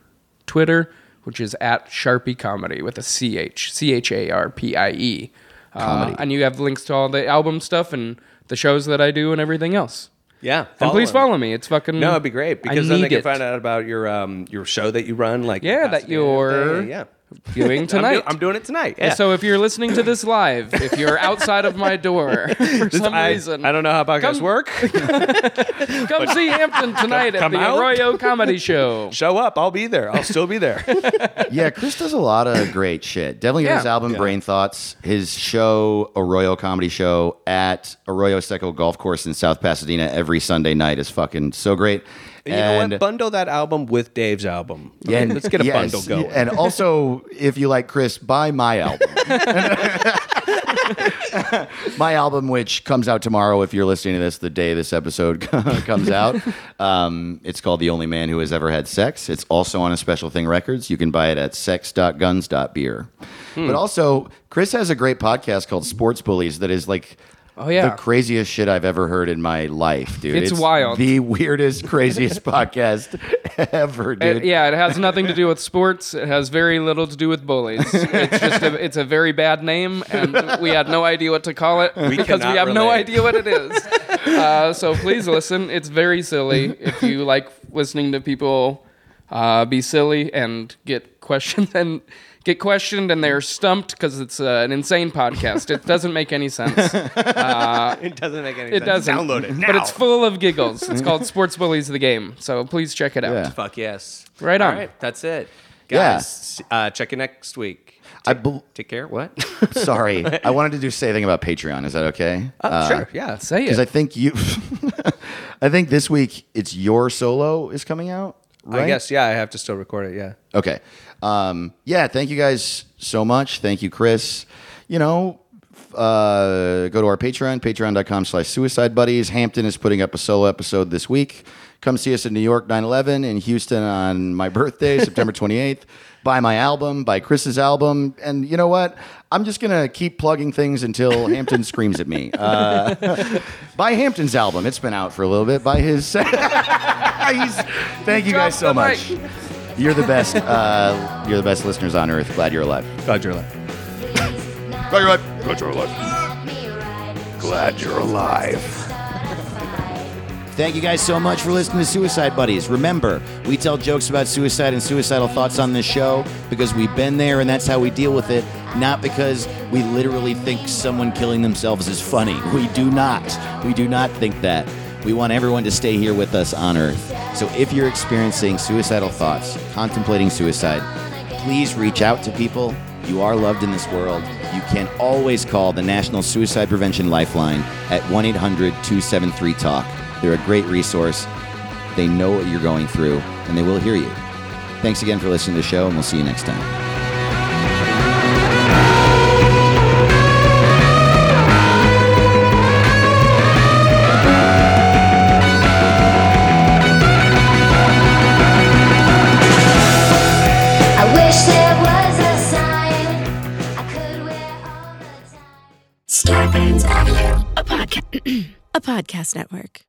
F: Twitter, which is at Sharpie Comedy with a C H C H A R P I E. Uh, and you have links to all the album stuff and the shows that I do and everything else.
E: Yeah,
F: and please
E: him.
F: follow me. It's fucking.
E: No, it'd be great
F: I
E: because then they
F: need
E: can
F: it.
E: find out about your um your show that you run. Like
F: Yeah,
E: in
F: that
E: Pasadena.
F: you're-
E: yeah. yeah.
F: Viewing tonight.
E: I'm, do- I'm doing it tonight. Yeah.
F: And So if you're listening to this live, if you're outside of my door for some
E: I,
F: reason,
E: I don't know how podcasts
F: Come-
E: work.
F: come see Hampton tonight at
E: come
F: the
E: out.
F: Arroyo Comedy Show.
E: Show up. I'll be there. I'll still be there.
D: Yeah, Chris does a lot of great shit. Definitely get his
F: Yeah.
D: album Brain Thoughts, his show Arroyo Comedy Show at Arroyo Seco Golf Course in South Pasadena every Sunday night is fucking so great.
E: You know what? Bundle that album with Dave's album.
D: yeah, and-
E: let's get a
D: yes,
E: bundle going.
D: And also, if you like Chris, buy my album. my album, which comes out tomorrow, if you're listening to this the day this episode comes out, um, it's called The Only Man Who Has Ever Had Sex. It's also on a special thing records. You can buy it at
E: Hmm.
D: sex.guns.beer. But also, Chris has a great podcast called Sports Bullies that is like
F: Oh, yeah.
D: the craziest shit I've ever heard in my life, dude.
F: It's wild.
D: The weirdest, craziest podcast ever, dude.
F: It- yeah, it has nothing to do with sports. It has very little to do with bullies. It's just a, it's a very bad name, and we had no idea what to call it because we
E: cannot
F: have no
E: relate.
F: idea what it is. Uh, so please listen. It's very silly. If you like listening to people uh, be silly and get questioned and get questioned and they're stumped because it's uh, an insane podcast. It doesn't make any sense.
E: It doesn't make any
F: It doesn't.
E: Download it.
F: But it's full of giggles. It's called Sports Bullies the Game. So please check it out.
D: Yeah.
E: Fuck yes.
F: Right on.
E: All right, that's it.
D: Yeah.
E: Guys, uh, check you next week.
D: I bel
E: Take care. What?
D: sorry. I wanted to do say a thing about Patreon. Is that okay? Uh,
E: sure. Yeah.
F: Say it.
D: Because I think you, I think this week it's your solo is coming out. Right?
E: I guess, yeah, I have to still record it. Yeah.
D: Okay. Um, yeah. Thank you guys so much. Thank you, Chris. You know, f- uh, go to our Patreon, patreon.com slash suicide buddies. Hampton is putting up a solo episode this week. Come see us in New York, 9 11, in Houston on my birthday, September 28th. Buy my album, buy Chris's album. And you know what? I'm just going to keep plugging things until Hampton screams at me. Uh, buy Hampton's album. It's been out for a little bit. Buy his. He's- thank you
F: Drop
D: guys so
F: the
D: much.
F: mic.
D: You're the best. Uh, you're the best listeners on earth. Glad you're alive.
E: God, you're alive.
D: Glad you're alive.
G: Glad you're alive. Glad you're alive.
H: Thank you guys so much for listening to Suicide Buddies. Remember, we tell jokes about suicide and suicidal thoughts on this show because we've been there and that's how we deal with it, not because we literally think someone killing themselves is funny. We do not. We do not think that. We want everyone to stay here with us on Earth. So if you're experiencing suicidal thoughts, contemplating suicide, please reach out to people. You are loved in this world. You can always call the National Suicide Prevention Lifeline at 1 800 273 TALK. They're a great resource. They know what you're going through, and they will hear you. Thanks again for listening to the show, and we'll see you next time.
C: I wish there was a sign I could wear all the time.
I: Scarpins Avenue, a podcast, a podcast network.